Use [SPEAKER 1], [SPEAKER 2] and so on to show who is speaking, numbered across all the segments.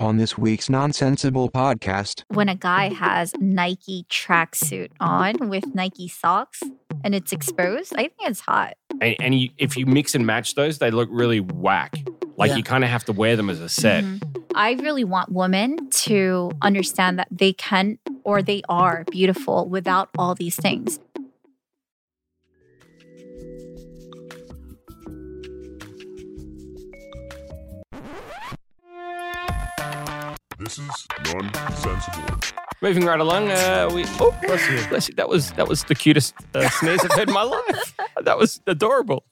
[SPEAKER 1] On this week's Nonsensible podcast,
[SPEAKER 2] when a guy has Nike tracksuit on with Nike socks and it's exposed, I think it's hot.
[SPEAKER 3] And, and you, if you mix and match those, they look really whack. Like
[SPEAKER 4] Yeah.
[SPEAKER 3] you kind of have to wear them as a set.
[SPEAKER 2] Mhm. I really want women to understand that they can or they are beautiful without all these things.
[SPEAKER 5] This is nonsensible.
[SPEAKER 3] Moving right along, uh, we oh bless you, bless you. That was that was the cutest uh, sneeze I've had in my life. That was adorable.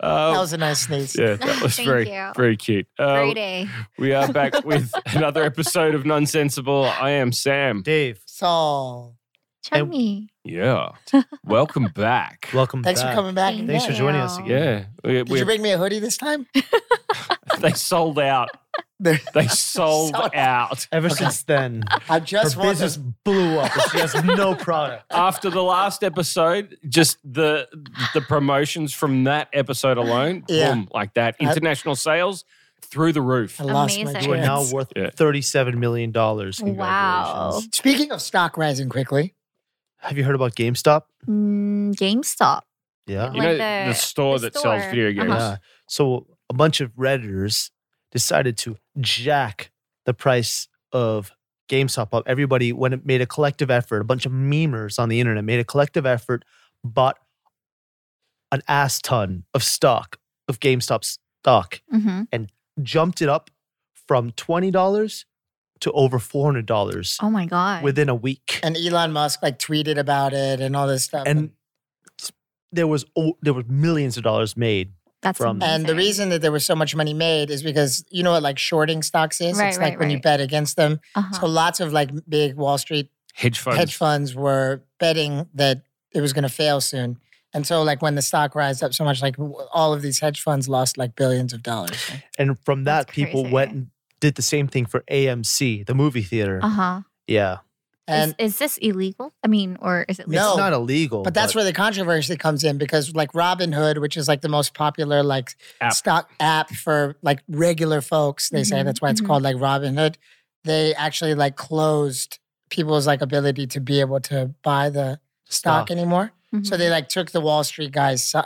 [SPEAKER 3] Uh,
[SPEAKER 4] That was a nice sneeze.
[SPEAKER 3] yeah, that was
[SPEAKER 2] Thank
[SPEAKER 3] very
[SPEAKER 2] you.
[SPEAKER 3] very cute. Uh,
[SPEAKER 6] Oh,
[SPEAKER 2] Great A.
[SPEAKER 3] we are back with another episode of Nonsensible. I am Sam.
[SPEAKER 6] Dave,
[SPEAKER 4] So,
[SPEAKER 2] Chummy.
[SPEAKER 3] Yeah, welcome back.
[SPEAKER 6] welcome
[SPEAKER 4] thanks
[SPEAKER 6] back.
[SPEAKER 4] for coming back.
[SPEAKER 2] Thank
[SPEAKER 6] Thanks for joining us
[SPEAKER 2] you.
[SPEAKER 6] again.
[SPEAKER 3] yeah, we,
[SPEAKER 4] Did you bring me a hoodie this time?
[SPEAKER 3] they sold out.
[SPEAKER 4] They're-
[SPEAKER 3] They sold
[SPEAKER 4] Sold out.
[SPEAKER 3] out.
[SPEAKER 6] Ever since then,
[SPEAKER 4] I
[SPEAKER 6] her
[SPEAKER 4] just want
[SPEAKER 6] business
[SPEAKER 4] to.
[SPEAKER 6] blew up. and She has no product.
[SPEAKER 3] after the last episode, just the the promotions from that episode alone,
[SPEAKER 4] Yeah.
[SPEAKER 3] boom, like that.
[SPEAKER 4] I-
[SPEAKER 3] International sales through the roof.
[SPEAKER 4] I lost my
[SPEAKER 2] Amazing.
[SPEAKER 6] You are now
[SPEAKER 4] chance.
[SPEAKER 6] worth
[SPEAKER 3] Yeah.
[SPEAKER 6] thirty-seven million dollars.
[SPEAKER 2] Wow.
[SPEAKER 4] Speaking of stock rising quickly,
[SPEAKER 6] Have you heard about GameStop?
[SPEAKER 2] Mm, GameStop.
[SPEAKER 6] Yeah.
[SPEAKER 3] You
[SPEAKER 2] Like
[SPEAKER 3] know,
[SPEAKER 2] the-
[SPEAKER 3] the, store
[SPEAKER 2] the
[SPEAKER 3] that sells
[SPEAKER 2] store.
[SPEAKER 3] video games.
[SPEAKER 2] Uh-huh.
[SPEAKER 6] Yeah. So a bunch of redditors decided to jack the price of GameStop up. Everybody when it made a collective effort. A bunch of memers on the internet made a collective effort, bought an ass ton of stock of GameStop stock.
[SPEAKER 2] hmm
[SPEAKER 6] jumped it up from twenty dollars to over four hundred dollars
[SPEAKER 2] Oh my God.
[SPEAKER 6] within a week,
[SPEAKER 4] and Elon Musk like tweeted about it and all this stuff.
[SPEAKER 6] and there was oh, there were millions of dollars made.
[SPEAKER 2] That's
[SPEAKER 6] from-
[SPEAKER 4] And the
[SPEAKER 2] amazing.
[SPEAKER 4] reason that there was so much money made is because you know what like shorting stocks is?
[SPEAKER 2] Right,
[SPEAKER 4] it's
[SPEAKER 2] right,
[SPEAKER 4] like when you
[SPEAKER 2] right.
[SPEAKER 4] bet against them.
[SPEAKER 2] Uh-huh.
[SPEAKER 4] So lots of like big Wall Street
[SPEAKER 3] Hedge funds.
[SPEAKER 4] hedge funds were betting that it was going to fail soon. And so like when the stock rised up so much, like w- all of these hedge funds lost like billions of dollars.
[SPEAKER 6] And from that,
[SPEAKER 2] That's
[SPEAKER 6] people
[SPEAKER 2] crazy.
[SPEAKER 6] went and did the same thing for AMC, the movie theater.
[SPEAKER 2] Uh-huh.
[SPEAKER 6] Yeah,
[SPEAKER 4] And
[SPEAKER 2] is, is this illegal? I mean, or is it
[SPEAKER 4] No.
[SPEAKER 6] it's not illegal,
[SPEAKER 4] But that's where the controversy comes in because like Robinhood, which is like the most popular like
[SPEAKER 3] App.
[SPEAKER 4] stock app for like regular folks, they say
[SPEAKER 2] Mhm,
[SPEAKER 4] that's why it's
[SPEAKER 2] mhm.
[SPEAKER 4] called like Robinhood. They actually like closed people's like ability to be able to buy the stock,
[SPEAKER 6] Stock.
[SPEAKER 4] anymore.
[SPEAKER 2] Mhm.
[SPEAKER 4] So they like took the Wall Street guys' si-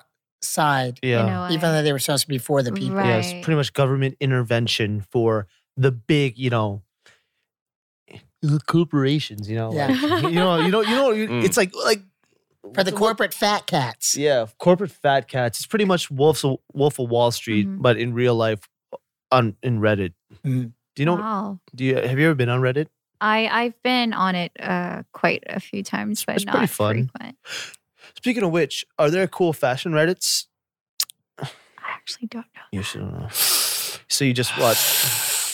[SPEAKER 4] side,
[SPEAKER 2] You
[SPEAKER 6] yeah,
[SPEAKER 2] know
[SPEAKER 4] even
[SPEAKER 2] what?
[SPEAKER 4] though they were supposed to be for the people.
[SPEAKER 2] Right.
[SPEAKER 6] yeah. It's pretty much government intervention for the big, you know. The corporations, you know,
[SPEAKER 4] Yeah.
[SPEAKER 6] like, you know, you know, you know, you-
[SPEAKER 3] Mm.
[SPEAKER 6] it's like, like
[SPEAKER 4] For the
[SPEAKER 6] corporate.
[SPEAKER 4] corporate fat cats.
[SPEAKER 6] Yeah, corporate fat cats. It's pretty much Wolf of, Wolf of Wall Street,
[SPEAKER 2] Mhm.
[SPEAKER 6] but in real life, on in Reddit.
[SPEAKER 4] Mhm.
[SPEAKER 6] Do you know?
[SPEAKER 2] Wow.
[SPEAKER 6] Do you have you ever been on Reddit?
[SPEAKER 2] I I've been on it uh, quite a few times, but
[SPEAKER 6] It's pretty
[SPEAKER 2] not
[SPEAKER 6] fun.
[SPEAKER 2] frequent.
[SPEAKER 6] Speaking of which, are there cool fashion Reddits?
[SPEAKER 2] I actually don't know.
[SPEAKER 6] You should know. So you just what?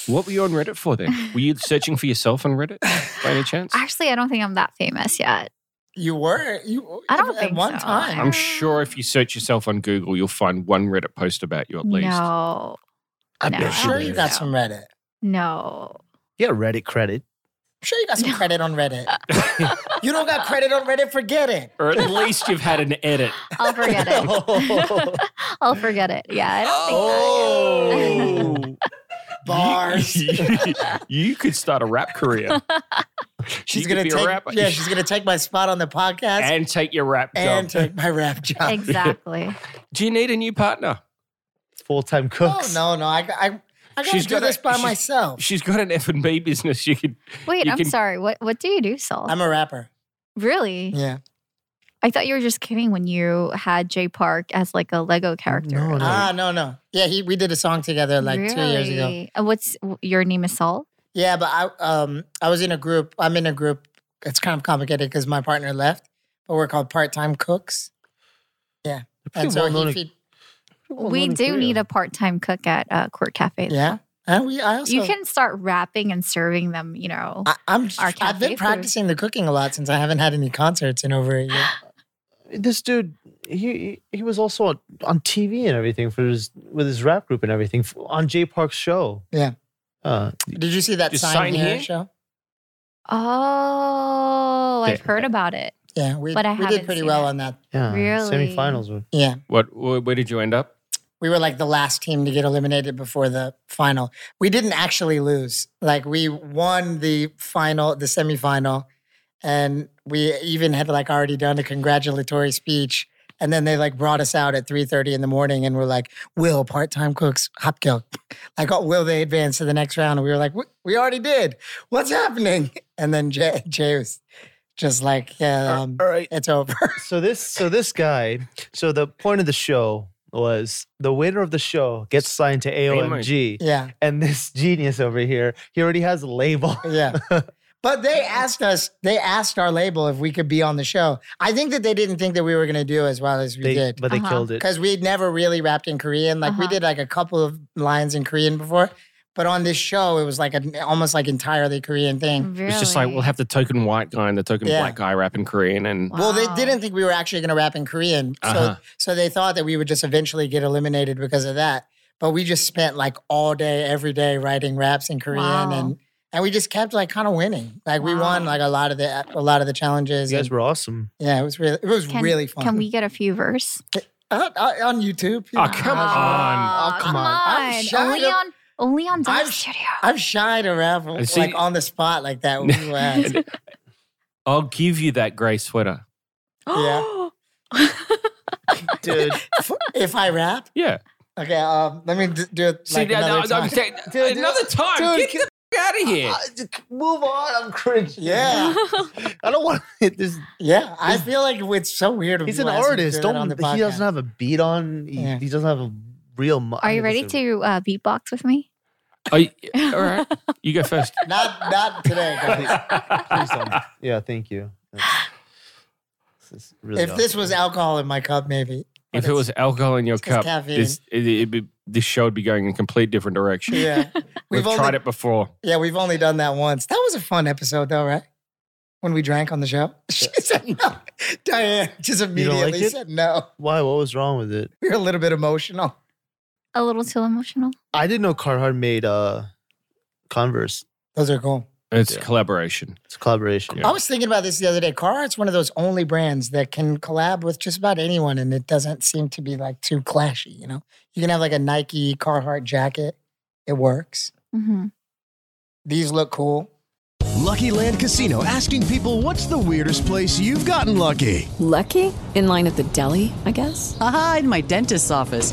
[SPEAKER 3] What were you on Reddit for then? Were you searching for yourself on Reddit by any chance?
[SPEAKER 2] Actually, I don't think I'm that famous yet.
[SPEAKER 4] You were you
[SPEAKER 2] I don't
[SPEAKER 4] at
[SPEAKER 2] think
[SPEAKER 4] one
[SPEAKER 2] so.
[SPEAKER 4] time.
[SPEAKER 3] I'm sure if you search yourself on Google, you'll find one Reddit post about you at least.
[SPEAKER 2] No,
[SPEAKER 6] I
[SPEAKER 2] No.
[SPEAKER 4] I'm
[SPEAKER 6] bet
[SPEAKER 4] sure you
[SPEAKER 6] you did.
[SPEAKER 4] got
[SPEAKER 2] No.
[SPEAKER 4] some Reddit.
[SPEAKER 2] no.
[SPEAKER 6] Yeah, Reddit credit.
[SPEAKER 4] I'm sure you got some credit on Reddit. you don't got credit on Reddit, forget it.
[SPEAKER 3] Or at least you've had an edit.
[SPEAKER 2] I'll forget it. I'll forget it. Yeah, I don't
[SPEAKER 3] Oh.
[SPEAKER 2] think
[SPEAKER 4] Bars.
[SPEAKER 3] you could start a rap career
[SPEAKER 4] She's
[SPEAKER 3] You could
[SPEAKER 4] gonna
[SPEAKER 3] be a
[SPEAKER 4] take
[SPEAKER 3] rapper.
[SPEAKER 4] yeah. She's gonna take my spot on the podcast and,
[SPEAKER 3] and take your rap job.
[SPEAKER 4] take my rap job.
[SPEAKER 2] I am. exactly.
[SPEAKER 3] Do you need a new partner?
[SPEAKER 6] Full time
[SPEAKER 4] Oh
[SPEAKER 6] cooks.
[SPEAKER 4] no, no, I, I, I gotta
[SPEAKER 3] She's
[SPEAKER 4] do
[SPEAKER 3] gonna-
[SPEAKER 4] this by
[SPEAKER 3] she's-
[SPEAKER 4] myself.
[SPEAKER 3] She's got an F and B business. You could
[SPEAKER 2] Wait,
[SPEAKER 3] You
[SPEAKER 2] I'm
[SPEAKER 3] can-
[SPEAKER 2] sorry. What what do you do, Saul?
[SPEAKER 4] I'm Mm. a rapper.
[SPEAKER 2] really?
[SPEAKER 4] Yeah.
[SPEAKER 2] I thought you were just kidding when you had Jay Park as like a Lego character.
[SPEAKER 6] No,
[SPEAKER 3] Mm.
[SPEAKER 6] no.
[SPEAKER 4] Ah, no, no. Yeah, he we did a song together like two years ago.
[SPEAKER 2] Really? Uh, What's your name is Saul?
[SPEAKER 4] Yeah, but I um I was in a group. I'm in a group. It's kind of complicated because my partner left, but we're called part time cooks.
[SPEAKER 6] They're pretty
[SPEAKER 4] And so
[SPEAKER 6] well-known-
[SPEAKER 4] he feed,
[SPEAKER 6] pretty well-known
[SPEAKER 2] we
[SPEAKER 6] in
[SPEAKER 2] do
[SPEAKER 6] Korea.
[SPEAKER 2] need a part-time cook at uh, Court Cafe.
[SPEAKER 4] yeah. And we, I also,
[SPEAKER 2] you can start wrapping and serving them, you know.
[SPEAKER 4] I, I'm,
[SPEAKER 2] our
[SPEAKER 4] I've
[SPEAKER 2] cafe
[SPEAKER 4] been
[SPEAKER 2] food.
[SPEAKER 4] practicing the cooking a lot since I haven't had any concerts in over a year.
[SPEAKER 6] This dude, he he was also on, on TV and everything for his with his rap group and everything f- on Jay Park's show.
[SPEAKER 4] Yeah.
[SPEAKER 6] Uh,
[SPEAKER 4] Did you see that
[SPEAKER 3] Just
[SPEAKER 4] sign,
[SPEAKER 3] sign
[SPEAKER 4] here,
[SPEAKER 3] here?
[SPEAKER 4] show?
[SPEAKER 2] oh, I've
[SPEAKER 3] There.
[SPEAKER 2] heard about it.
[SPEAKER 4] Yeah, we,
[SPEAKER 2] But I
[SPEAKER 4] we did
[SPEAKER 2] haven't
[SPEAKER 4] pretty
[SPEAKER 2] seen
[SPEAKER 4] well
[SPEAKER 2] it.
[SPEAKER 4] on that.
[SPEAKER 6] yeah.
[SPEAKER 2] Really?
[SPEAKER 6] Semifinals. were-
[SPEAKER 4] Yeah,
[SPEAKER 3] What? wh- Where did you end up?
[SPEAKER 4] we were like the last team to get eliminated before the final. We didn't actually lose. Like we won the final, the semifinal, and we even had like already done a congratulatory speech. And then they like brought us out at 3:30 in the morning and were like, "Will part-time cooks Hopkill, like oh, will they advance to the next round?" And we were like, "We- "We already did. What's happening?" And then Jay, Jay was just like, "Yeah, um,
[SPEAKER 6] all right.
[SPEAKER 4] it's over."
[SPEAKER 6] So this so this guy. So the point of the show was the winner of the show gets signed to AOMG.
[SPEAKER 4] yeah,
[SPEAKER 6] and this genius over here, he already has a label.
[SPEAKER 4] yeah. But they asked us, they asked our label if we could be on the show. I think that they didn't think that we were going to do as well as we
[SPEAKER 6] They-
[SPEAKER 4] did.
[SPEAKER 6] but they
[SPEAKER 2] Uh-huh.
[SPEAKER 6] killed it.
[SPEAKER 4] Because we'd never really rapped in Korean. Like we
[SPEAKER 2] Uh-huh.
[SPEAKER 4] did like a couple of lines in Korean before. But on this show, it was like an almost like entirely Korean thing.
[SPEAKER 2] Really?
[SPEAKER 3] It's just like we'll have the token white guy and the token
[SPEAKER 4] Yeah.
[SPEAKER 3] black guy rapping Korean, and
[SPEAKER 4] Well, they
[SPEAKER 2] Wow.
[SPEAKER 4] didn't think we were actually going to rap in Korean. So,
[SPEAKER 3] Uh-huh.
[SPEAKER 4] so they thought that we would just eventually get eliminated because of that. But we just spent like all day, every day writing raps in Korean
[SPEAKER 2] Wow.
[SPEAKER 4] and and we just kept like kind of winning. Like we won
[SPEAKER 2] Wow.
[SPEAKER 4] like a lot of the a lot of the challenges.
[SPEAKER 6] You
[SPEAKER 4] and-
[SPEAKER 6] guys were awesome.
[SPEAKER 4] Yeah, it was really it was
[SPEAKER 2] Can-
[SPEAKER 4] really fun.
[SPEAKER 2] Can we get a few verse?
[SPEAKER 4] Uh, uh, on YouTube? you
[SPEAKER 3] Oh,
[SPEAKER 4] know.
[SPEAKER 3] come
[SPEAKER 2] Aw,
[SPEAKER 3] on.
[SPEAKER 4] Oh, come on. I'm
[SPEAKER 2] on.
[SPEAKER 4] shy
[SPEAKER 2] Only
[SPEAKER 4] to-
[SPEAKER 2] on only on
[SPEAKER 4] I'm
[SPEAKER 2] Dance
[SPEAKER 4] sh-
[SPEAKER 2] Studio.
[SPEAKER 4] I'm shy to rap
[SPEAKER 3] I see.
[SPEAKER 4] like on the spot like that. When people ask.
[SPEAKER 3] I'll give you that gray sweater.
[SPEAKER 4] yeah.
[SPEAKER 6] Dude,
[SPEAKER 4] F- if I rap,
[SPEAKER 3] Yeah.
[SPEAKER 4] okay. Um, let me d- do it.
[SPEAKER 3] See,
[SPEAKER 4] like,
[SPEAKER 3] now-
[SPEAKER 4] another
[SPEAKER 3] now- now-
[SPEAKER 4] time.
[SPEAKER 3] say-
[SPEAKER 4] Dude,
[SPEAKER 3] another
[SPEAKER 4] dude,
[SPEAKER 3] time.
[SPEAKER 4] dude,
[SPEAKER 3] Get the f- out of
[SPEAKER 4] Uh,
[SPEAKER 3] here.
[SPEAKER 6] move on. I'm cringing.
[SPEAKER 4] yeah,
[SPEAKER 6] I don't want to. This,
[SPEAKER 4] yeah. I feel like it's so weird. when
[SPEAKER 6] he's an
[SPEAKER 4] people ask me to
[SPEAKER 6] artist.
[SPEAKER 4] do that
[SPEAKER 6] Don't.
[SPEAKER 4] on the
[SPEAKER 6] he doesn't
[SPEAKER 4] podcast.
[SPEAKER 6] have a beat on. He,
[SPEAKER 4] Yeah.
[SPEAKER 6] he doesn't have a real. mu-
[SPEAKER 2] Are
[SPEAKER 6] I
[SPEAKER 2] you
[SPEAKER 6] mean,
[SPEAKER 2] ready
[SPEAKER 6] it's a-
[SPEAKER 2] to uh, beatbox with me?
[SPEAKER 3] Are you- all right. You go first.
[SPEAKER 4] Not not today. Guys.
[SPEAKER 6] please don't. Yeah, thank you. That's- This is really
[SPEAKER 4] if this was alcohol in my cup, maybe.
[SPEAKER 3] If
[SPEAKER 4] But
[SPEAKER 3] it was alcohol in your
[SPEAKER 4] it's
[SPEAKER 3] cup,
[SPEAKER 4] caffeine.
[SPEAKER 3] this, it, it'd be, this show would be going in a complete different direction.
[SPEAKER 4] yeah,
[SPEAKER 3] We've,
[SPEAKER 4] we've only
[SPEAKER 3] tried it before.
[SPEAKER 4] Yeah, we've only done that once. That was a fun episode, though, right? When we drank on the show, she said no. Diane just
[SPEAKER 6] like
[SPEAKER 4] immediately
[SPEAKER 6] it?
[SPEAKER 4] said no.
[SPEAKER 6] why? What was wrong with it?
[SPEAKER 4] We were a little bit emotional.
[SPEAKER 2] A little too emotional.
[SPEAKER 6] I didn't know Carhartt made uh Converse.
[SPEAKER 4] Those are cool.
[SPEAKER 3] It's a collaboration.
[SPEAKER 6] It's a collaboration.
[SPEAKER 4] I was thinking about this the other day. Carhartt's one of those only brands that can collab with just about anyone, and it doesn't seem to be like too clashy. You know, you can have like a Nike Carhartt jacket. It works.
[SPEAKER 2] hmm
[SPEAKER 4] These look cool.
[SPEAKER 7] Lucky Land Casino asking people what's the weirdest place you've gotten lucky?
[SPEAKER 8] Lucky? In line at the deli, I guess?
[SPEAKER 9] Aha, in my dentist's office.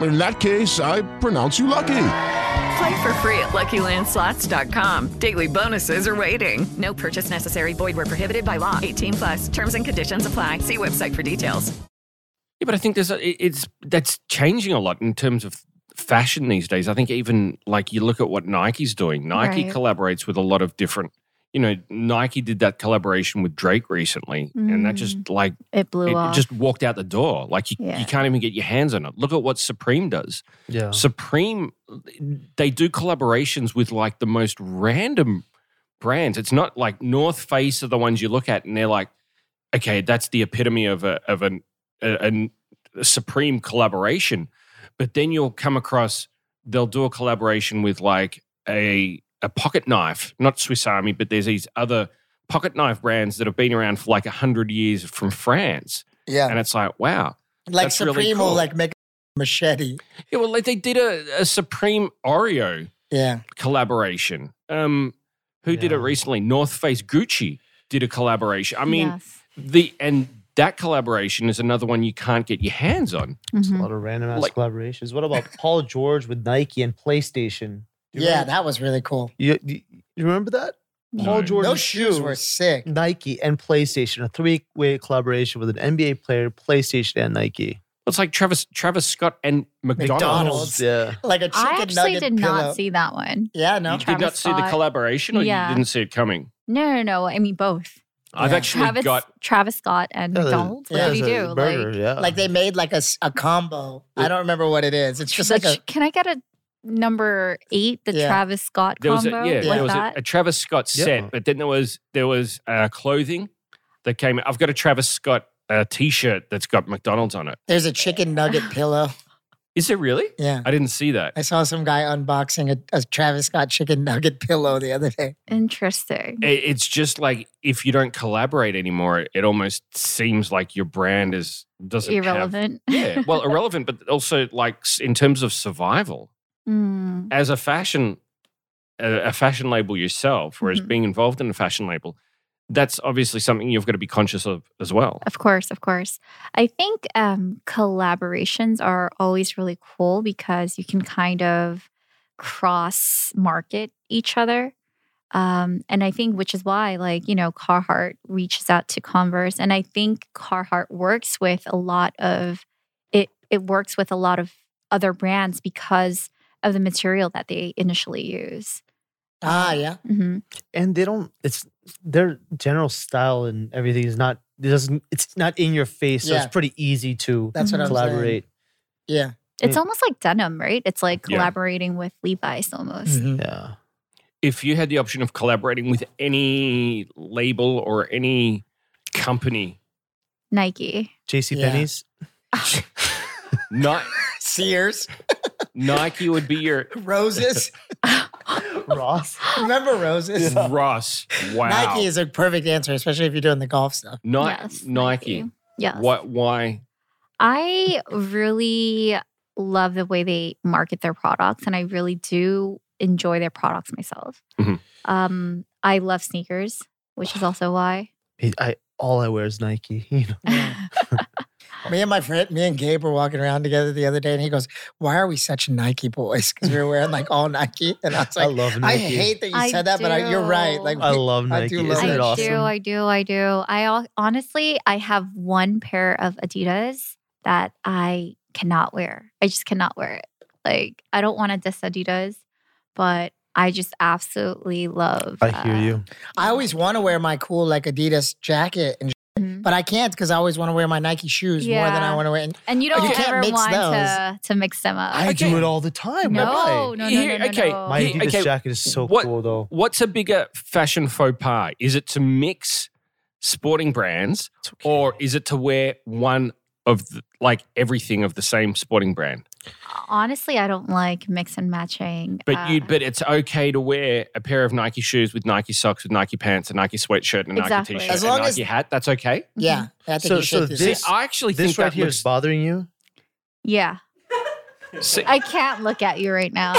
[SPEAKER 5] In that case, I pronounce you lucky.
[SPEAKER 9] Play for free at LuckyLandSlots.com. Daily bonuses are waiting. No purchase necessary. Void were prohibited by law. 18 plus. Terms and conditions apply. See website for details.
[SPEAKER 3] Yeah, but I think there's a, it- it's that's changing a lot in terms of fashion these days. I think even like you look at what Nike's doing. Nike
[SPEAKER 2] Right.
[SPEAKER 3] collaborates with a lot of different. You know, Nike did that collaboration with Drake recently, and that just like
[SPEAKER 2] It Mm. blew
[SPEAKER 3] it
[SPEAKER 2] off.
[SPEAKER 3] just walked out the door. Like you,
[SPEAKER 2] Yeah.
[SPEAKER 3] you can't even get your hands on it. Look at what Supreme does.
[SPEAKER 6] Yeah.
[SPEAKER 3] Supreme, they do collaborations with like the most random brands. It's not like North Face are the ones you look at and they're like, okay, that's the epitome of a of an a, a Supreme collaboration. But then you'll come across they'll do a collaboration with like a a pocket knife, not Swiss Army, but there's these other pocket knife brands that have been around for like hundred years from France,
[SPEAKER 4] Yeah,
[SPEAKER 3] and it's like wow.
[SPEAKER 4] like
[SPEAKER 3] that's really
[SPEAKER 4] Supreme will
[SPEAKER 3] cool.
[SPEAKER 4] like make a machete.
[SPEAKER 3] Yeah, well, like they did a, a Supreme Oreo
[SPEAKER 4] Yeah,
[SPEAKER 3] collaboration. Um, who did it
[SPEAKER 6] Yeah.
[SPEAKER 3] recently? North Face Gucci. did a collaboration. I mean,
[SPEAKER 2] Yes.
[SPEAKER 3] the and that collaboration is another one you can't get your hands on.
[SPEAKER 6] It's
[SPEAKER 4] Mm-hmm.
[SPEAKER 2] Mhm.
[SPEAKER 6] a lot of random ass
[SPEAKER 3] Like-
[SPEAKER 6] collaborations. What about Paul George with Nike and PlayStation? Do you
[SPEAKER 4] yeah,
[SPEAKER 6] remember-
[SPEAKER 4] that was really cool.
[SPEAKER 6] you, you, you remember that? Paul
[SPEAKER 3] No.
[SPEAKER 6] George
[SPEAKER 4] Those shoes were sick.
[SPEAKER 6] Nike and PlayStation, a three-way collaboration with an NBA player, PlayStation, and Nike.
[SPEAKER 3] It's like Travis Travis Scott and McDonald's.
[SPEAKER 4] McDonald's.
[SPEAKER 6] Yeah.
[SPEAKER 4] Like a chicken
[SPEAKER 2] I actually
[SPEAKER 4] nugget
[SPEAKER 2] did
[SPEAKER 4] pillow.
[SPEAKER 2] not see that one.
[SPEAKER 4] Yeah, no.
[SPEAKER 3] You did not
[SPEAKER 2] Travis
[SPEAKER 3] see the
[SPEAKER 2] Scott.
[SPEAKER 3] collaboration, or
[SPEAKER 2] Yeah.
[SPEAKER 3] you didn't see it coming.
[SPEAKER 2] No, no, no. I mean both.
[SPEAKER 3] I've
[SPEAKER 4] Yeah.
[SPEAKER 3] actually
[SPEAKER 2] Travis,
[SPEAKER 3] got
[SPEAKER 2] Travis Scott and
[SPEAKER 6] Yeah, the-
[SPEAKER 2] McDonald's.
[SPEAKER 4] yeah,
[SPEAKER 2] What do you
[SPEAKER 6] there's
[SPEAKER 2] do?
[SPEAKER 6] a burger,
[SPEAKER 2] like,
[SPEAKER 6] yeah.
[SPEAKER 4] Like they made like a, s- a combo. I don't remember what it is. It's just
[SPEAKER 2] the
[SPEAKER 4] like a
[SPEAKER 2] tr- can I get a number eight? The
[SPEAKER 4] Yeah.
[SPEAKER 2] Travis Scott
[SPEAKER 3] there was a,
[SPEAKER 2] combo
[SPEAKER 3] yeah,
[SPEAKER 2] like
[SPEAKER 3] there was a,
[SPEAKER 2] that.
[SPEAKER 3] a Travis Scott
[SPEAKER 6] Yeah.
[SPEAKER 3] set, but then there was there was uh, clothing that came. I've got a Travis Scott uh, T-shirt that's got McDonald's on it.
[SPEAKER 4] there's a chicken nugget pillow.
[SPEAKER 3] Is there really?
[SPEAKER 4] Yeah.
[SPEAKER 3] I didn't see that.
[SPEAKER 4] I saw some guy unboxing a, a Travis Scott chicken nugget pillow the other day.
[SPEAKER 2] Interesting.
[SPEAKER 3] I- It's just like if you don't collaborate anymore, it almost seems like your brand is doesn't have-
[SPEAKER 2] Irrelevant.
[SPEAKER 3] yeah, well, irrelevant, but also like s- in terms of survival
[SPEAKER 2] Mm,
[SPEAKER 3] as a fashion a, a fashion label yourself, whereas
[SPEAKER 2] Mhm.
[SPEAKER 3] being involved in a fashion label, that's obviously something you've got to be conscious of as well.
[SPEAKER 2] of course, of course. I think um, collaborations are always really cool because you can kind of cross market each other. Um, and I think, which is why, like, you know, Carhartt reaches out to Converse. And I think Carhartt works with a lot of it, it works with a lot of other brands because of the material that they initially use.
[SPEAKER 4] Ah, yeah.
[SPEAKER 2] Mhm.
[SPEAKER 6] and they don't it's their general style and everything is not it doesn't it's not in your face so
[SPEAKER 4] Yeah.
[SPEAKER 6] it's pretty easy to
[SPEAKER 4] That's what I'm saying.
[SPEAKER 6] collaborate
[SPEAKER 4] Yeah.
[SPEAKER 2] It's
[SPEAKER 6] Mm.
[SPEAKER 2] almost like denim, right? It's like
[SPEAKER 3] Yeah.
[SPEAKER 2] collaborating with Levi's almost.
[SPEAKER 4] Mhm.
[SPEAKER 6] yeah
[SPEAKER 3] if you had the option of collaborating with any label or any company,
[SPEAKER 2] Nike.
[SPEAKER 6] jc
[SPEAKER 4] Yeah.
[SPEAKER 6] penney's
[SPEAKER 3] Ni-
[SPEAKER 4] Sears,
[SPEAKER 3] Nike would be your
[SPEAKER 4] roses.
[SPEAKER 6] ross
[SPEAKER 4] Remember roses?
[SPEAKER 3] Ross. Wow.
[SPEAKER 4] Nike is a perfect answer, especially if you're doing the golf stuff.
[SPEAKER 3] Ni-
[SPEAKER 2] Yes,
[SPEAKER 3] Nike.
[SPEAKER 2] Nike. Yes.
[SPEAKER 3] Why? Why?
[SPEAKER 2] I really love the way they market their products, and I really do enjoy their products myself.
[SPEAKER 3] Mhm.
[SPEAKER 2] Um, I love sneakers, which is also why.
[SPEAKER 6] I, I all i wear is nike you know
[SPEAKER 4] Me and my friend, me and Gabe were walking around together the other day, and he goes, "Why are we such Nike boys? Because we were wearing like all Nike." And I was
[SPEAKER 6] i
[SPEAKER 4] like,
[SPEAKER 6] love
[SPEAKER 4] "I,
[SPEAKER 6] nike
[SPEAKER 4] hate that you
[SPEAKER 2] I
[SPEAKER 4] said that, but I, you're right.
[SPEAKER 2] do.
[SPEAKER 4] Like,
[SPEAKER 6] i love
[SPEAKER 4] I
[SPEAKER 6] nike
[SPEAKER 4] do love
[SPEAKER 6] isn't
[SPEAKER 2] I
[SPEAKER 6] it
[SPEAKER 2] do,
[SPEAKER 6] awesome
[SPEAKER 2] I do, I do. I al- honestly, I have one pair of Adidas that I cannot wear. I just cannot wear it. Like, I don't want to diss Adidas, but I just absolutely love.
[SPEAKER 6] i hear
[SPEAKER 2] uh,
[SPEAKER 6] you
[SPEAKER 4] I always want to wear my cool like Adidas jacket, and sh-
[SPEAKER 2] Mhm.
[SPEAKER 4] but I can't because I always want to wear my Nike shoes more than I
[SPEAKER 2] Yeah.
[SPEAKER 4] want to wear. And
[SPEAKER 2] And you
[SPEAKER 4] Oh,
[SPEAKER 2] don't
[SPEAKER 4] you can't
[SPEAKER 2] ever
[SPEAKER 4] mix
[SPEAKER 2] want
[SPEAKER 4] those.
[SPEAKER 2] to to mix them up.
[SPEAKER 6] i
[SPEAKER 3] Okay.
[SPEAKER 6] do it all the time
[SPEAKER 2] no, no,
[SPEAKER 6] why?
[SPEAKER 2] no, no,
[SPEAKER 3] Here-
[SPEAKER 2] no,
[SPEAKER 3] okay,
[SPEAKER 2] no.
[SPEAKER 6] my
[SPEAKER 3] He-
[SPEAKER 6] adidas
[SPEAKER 3] okay,
[SPEAKER 6] jacket is so
[SPEAKER 3] what-
[SPEAKER 6] cool though
[SPEAKER 3] What's a bigger fashion faux pas? Is it to mix sporting brands,
[SPEAKER 6] It's okay.
[SPEAKER 3] or is it to wear one of the, like everything of the same sporting brand?
[SPEAKER 2] Honestly, I don't like mix and matching.
[SPEAKER 3] But you,
[SPEAKER 6] Ah.
[SPEAKER 2] uh,
[SPEAKER 3] but it's okay to wear a pair of Nike shoes with Nike socks, with Nike pants, a Nike sweatshirt, and a
[SPEAKER 2] Exactly.
[SPEAKER 3] Nike t-shirt,
[SPEAKER 4] As
[SPEAKER 3] and a
[SPEAKER 4] long as-
[SPEAKER 3] Nike hat. That's okay.
[SPEAKER 4] yeah,
[SPEAKER 2] Mm-hmm.
[SPEAKER 4] I think
[SPEAKER 6] So-
[SPEAKER 4] you should
[SPEAKER 6] so
[SPEAKER 4] do
[SPEAKER 6] this-
[SPEAKER 4] that.
[SPEAKER 3] I actually think
[SPEAKER 6] this right
[SPEAKER 3] that
[SPEAKER 6] here is
[SPEAKER 3] looks.
[SPEAKER 6] bothering you
[SPEAKER 2] yeah,
[SPEAKER 3] see,
[SPEAKER 2] I can't look at you right now.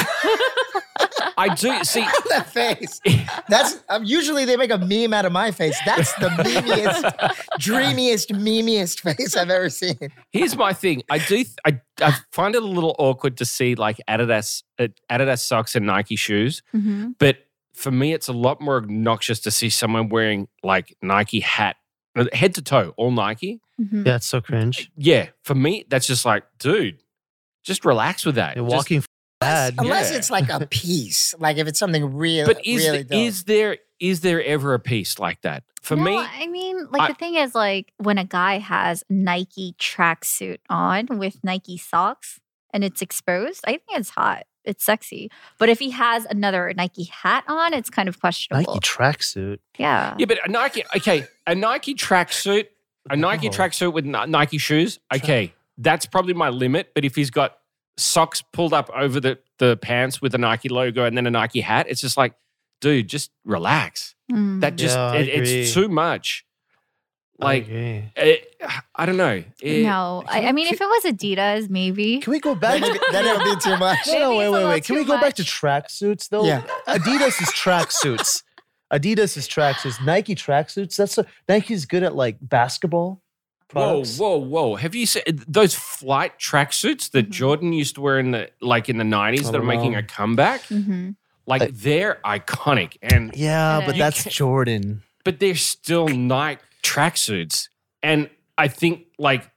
[SPEAKER 3] I do see.
[SPEAKER 4] that face. That's um, usually they make a meme out of my face. That's the memeiest, dreamiest, memeiest face I've ever seen.
[SPEAKER 3] Here's my thing. I do. Th- I, I find it a little awkward to see like Adidas, uh, Adidas socks and Nike shoes.
[SPEAKER 2] Mhm.
[SPEAKER 3] But for me, it's a lot more obnoxious to see someone wearing like Nike hat, uh, head to toe, all Nike.
[SPEAKER 2] Mhm.
[SPEAKER 6] yeah it's so cringe
[SPEAKER 3] Yeah, for me, that's just like, dude, just relax with that.
[SPEAKER 6] you're
[SPEAKER 3] Just-
[SPEAKER 6] walking bad
[SPEAKER 4] Unless
[SPEAKER 3] Yeah.
[SPEAKER 4] it's like a piece, like if it's something real,
[SPEAKER 3] but is
[SPEAKER 4] really
[SPEAKER 3] the-
[SPEAKER 4] dope.
[SPEAKER 3] is there is there ever a piece like that for
[SPEAKER 2] No,
[SPEAKER 3] me?
[SPEAKER 2] I mean, like
[SPEAKER 3] I-
[SPEAKER 2] the thing is, like when a guy has Nike tracksuit on with Nike socks and it's exposed, I think it's hot. It's sexy. But if he has another Nike hat on, it's kind of questionable.
[SPEAKER 6] nike tracksuit
[SPEAKER 2] yeah.
[SPEAKER 3] yeah, but a Nike. Okay, a Nike tracksuit, a Nike
[SPEAKER 6] No.
[SPEAKER 3] tracksuit with Ni- Nike shoes. Okay, that's probably my limit. But if he's got socks pulled up over the the pants with a Nike logo and then a Nike hat, it's just like, dude, just relax.
[SPEAKER 2] Mm.
[SPEAKER 3] That just
[SPEAKER 6] Yeah, I
[SPEAKER 3] it- it's
[SPEAKER 6] agree.
[SPEAKER 3] too much.
[SPEAKER 6] I
[SPEAKER 3] Like.
[SPEAKER 6] agree.
[SPEAKER 3] It, I don't know. It-
[SPEAKER 2] no, I, I mean, if it was Adidas, maybe.
[SPEAKER 6] Can we go back?
[SPEAKER 4] Then- then it would be too much.
[SPEAKER 6] No, no, wait,
[SPEAKER 2] Maybe it's a
[SPEAKER 6] wait,
[SPEAKER 2] little
[SPEAKER 6] wait. Can we
[SPEAKER 2] too
[SPEAKER 6] go back to
[SPEAKER 2] much.
[SPEAKER 6] tracksuits though?
[SPEAKER 4] Yeah.
[SPEAKER 6] Adidas is tracksuits. Adidas is tracksuits, Nike tracksuits. That's a, Nike's good at like basketball. Products.
[SPEAKER 3] Whoa, whoa, whoa! Have you seen those flight tracksuits that Jordan used to wear in the like in the nineties that are making a comeback?
[SPEAKER 2] Mm-hmm.
[SPEAKER 3] Like they're iconic, and
[SPEAKER 6] Yeah,
[SPEAKER 2] Yeah.
[SPEAKER 6] but
[SPEAKER 2] You
[SPEAKER 6] that's
[SPEAKER 3] can't-
[SPEAKER 6] Jordan.
[SPEAKER 3] but they're still Nike tracksuits. And I think like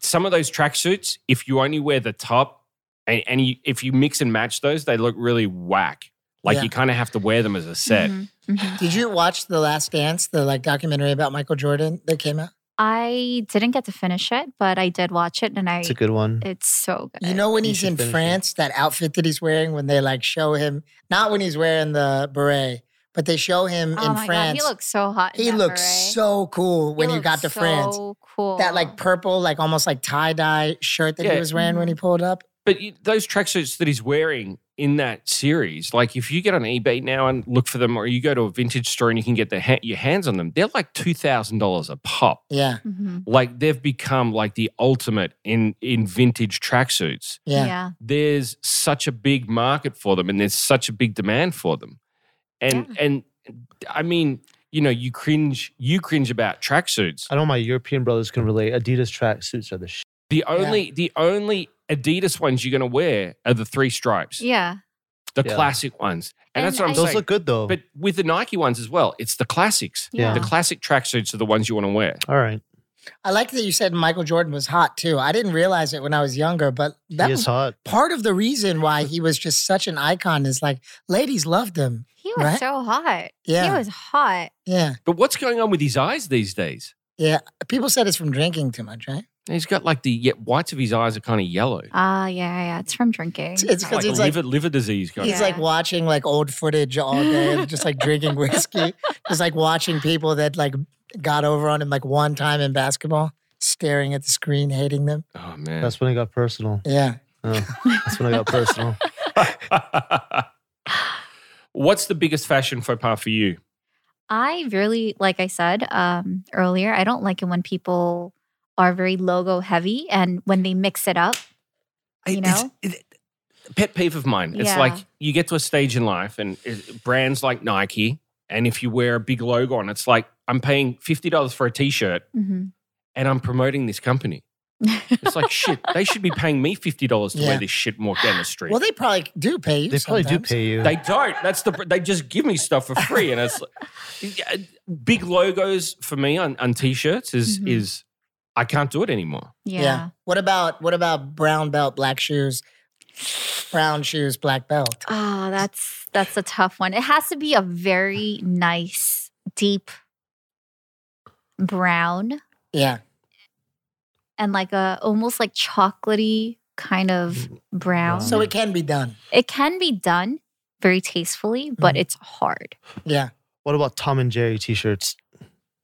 [SPEAKER 3] some of those tracksuits, if you only wear the top and, and you, if you mix and match those, they look really whack. Like
[SPEAKER 4] Yeah.
[SPEAKER 3] you kind of have to wear them as a
[SPEAKER 2] Mm-hmm.
[SPEAKER 3] set.
[SPEAKER 4] Did you watch The Last Dance, the like documentary about Michael Jordan that came out?
[SPEAKER 2] I didn't get to finish it, but I did watch it, and I
[SPEAKER 6] It's a good one.
[SPEAKER 2] it's so good.
[SPEAKER 4] You know when
[SPEAKER 6] You
[SPEAKER 4] he's
[SPEAKER 6] should
[SPEAKER 4] in
[SPEAKER 6] finish it.
[SPEAKER 4] France, that outfit that he's wearing when they like show him, not when he's wearing the beret, but they show him
[SPEAKER 2] oh
[SPEAKER 4] in
[SPEAKER 2] my
[SPEAKER 4] France.
[SPEAKER 2] god, he looks so hot. in
[SPEAKER 4] He
[SPEAKER 2] that
[SPEAKER 4] looked
[SPEAKER 2] beret.
[SPEAKER 4] so cool
[SPEAKER 2] He
[SPEAKER 4] when he
[SPEAKER 2] looked
[SPEAKER 4] got to France.
[SPEAKER 2] so Cool.
[SPEAKER 4] That like purple, like almost like tie dye shirt that
[SPEAKER 3] Yeah.
[SPEAKER 4] he was wearing
[SPEAKER 2] Mm-hmm.
[SPEAKER 4] when he pulled up.
[SPEAKER 3] But you, those tracksuits that he's wearing in that series, like if you get on eBay now and look for them, or you go to a vintage store and you can get the ha- your hands on them, they're like two thousand dollars a pop.
[SPEAKER 4] Yeah,
[SPEAKER 2] Mhm.
[SPEAKER 3] Like they've become like the ultimate in in vintage tracksuits.
[SPEAKER 4] yeah.
[SPEAKER 2] yeah.
[SPEAKER 3] there's such a big market for them and there's such a big demand for them. And and I mean, you know, you cringe you cringe about tracksuits.
[SPEAKER 6] I know my European brothers can relate. Adidas tracksuits are the shit.
[SPEAKER 3] The only the only Adidas ones you're gonna wear are the three stripes,
[SPEAKER 2] Yeah.
[SPEAKER 3] the
[SPEAKER 6] Yeah.
[SPEAKER 3] classic ones. And, that's
[SPEAKER 2] And
[SPEAKER 3] what I'm
[SPEAKER 2] I-
[SPEAKER 6] Those
[SPEAKER 3] saying.
[SPEAKER 6] look good though.
[SPEAKER 3] but with the Nike ones as well, it's the classics.
[SPEAKER 6] Yeah.
[SPEAKER 3] The classic tracksuits are the ones you want to wear.
[SPEAKER 6] All right.
[SPEAKER 4] I like that you said Michael Jordan was hot too. I didn't realize it when I was younger, but that
[SPEAKER 6] he
[SPEAKER 4] was
[SPEAKER 6] is hot.
[SPEAKER 4] part of the reason why he was just such an icon is like ladies loved him.
[SPEAKER 2] He was
[SPEAKER 4] Right?
[SPEAKER 2] so hot. He
[SPEAKER 4] Yeah.
[SPEAKER 2] was hot.
[SPEAKER 4] Yeah.
[SPEAKER 3] But what's going on with his eyes these days?
[SPEAKER 4] Yeah. People said it's from drinking too much, right?
[SPEAKER 3] He's got like the ye- whites of his eyes are kind of yellow.
[SPEAKER 2] Ah, yeah, yeah. It's from drinking.
[SPEAKER 4] It's- it's 'cause
[SPEAKER 3] Like
[SPEAKER 2] probably.
[SPEAKER 4] he's like-
[SPEAKER 3] liver, liver disease going
[SPEAKER 4] He's
[SPEAKER 3] on.
[SPEAKER 4] like
[SPEAKER 2] Yeah.
[SPEAKER 4] watching like old footage all day and just like drinking whiskey. Just like watching people that like got over on him like one time in basketball, staring at the screen, hating them.
[SPEAKER 3] Oh man.
[SPEAKER 6] That's when it got personal.
[SPEAKER 4] Yeah.
[SPEAKER 6] Oh, that's when it got personal.
[SPEAKER 3] What's the biggest fashion faux pas for you?
[SPEAKER 2] I really, like I said um, earlier, I don't like it when people are very logo heavy and when they mix it up. You
[SPEAKER 3] It's-
[SPEAKER 2] know?
[SPEAKER 3] it- pet peeve of mine. It's
[SPEAKER 2] Yeah.
[SPEAKER 3] like you get to a stage in life and it- brands like Nike, and if you wear a big logo on, it's like I'm paying fifty dollars for a T-shirt
[SPEAKER 2] Mhm.
[SPEAKER 3] and I'm promoting this company. It's like shit. They should be paying me fifty dollars to
[SPEAKER 4] Yeah.
[SPEAKER 3] wear this shit and walk down the street.
[SPEAKER 4] Well, they probably do pay you.
[SPEAKER 6] They probably do
[SPEAKER 4] sometimes.
[SPEAKER 6] pay you.
[SPEAKER 3] They don't. That's the. They just give me stuff for free, and it's like, big logos for me on, on t-shirts. Is
[SPEAKER 4] Mm-hmm.
[SPEAKER 2] Mhm.
[SPEAKER 3] is I can't do it anymore.
[SPEAKER 2] yeah.
[SPEAKER 4] What about what about brown belt, black shoes, brown shoes, black belt?
[SPEAKER 2] Oh, that's that's a tough one. It has to be a very nice, deep brown
[SPEAKER 4] Yeah.
[SPEAKER 2] and like a almost like chocolatey kind
[SPEAKER 6] Mm,
[SPEAKER 2] of brown.
[SPEAKER 4] So it can be done.
[SPEAKER 2] it can be done very tastefully, but
[SPEAKER 6] Mm-hmm.
[SPEAKER 4] Mhm.
[SPEAKER 2] it's hard.
[SPEAKER 4] Yeah.
[SPEAKER 6] What about Tom and Jerry t-shirts?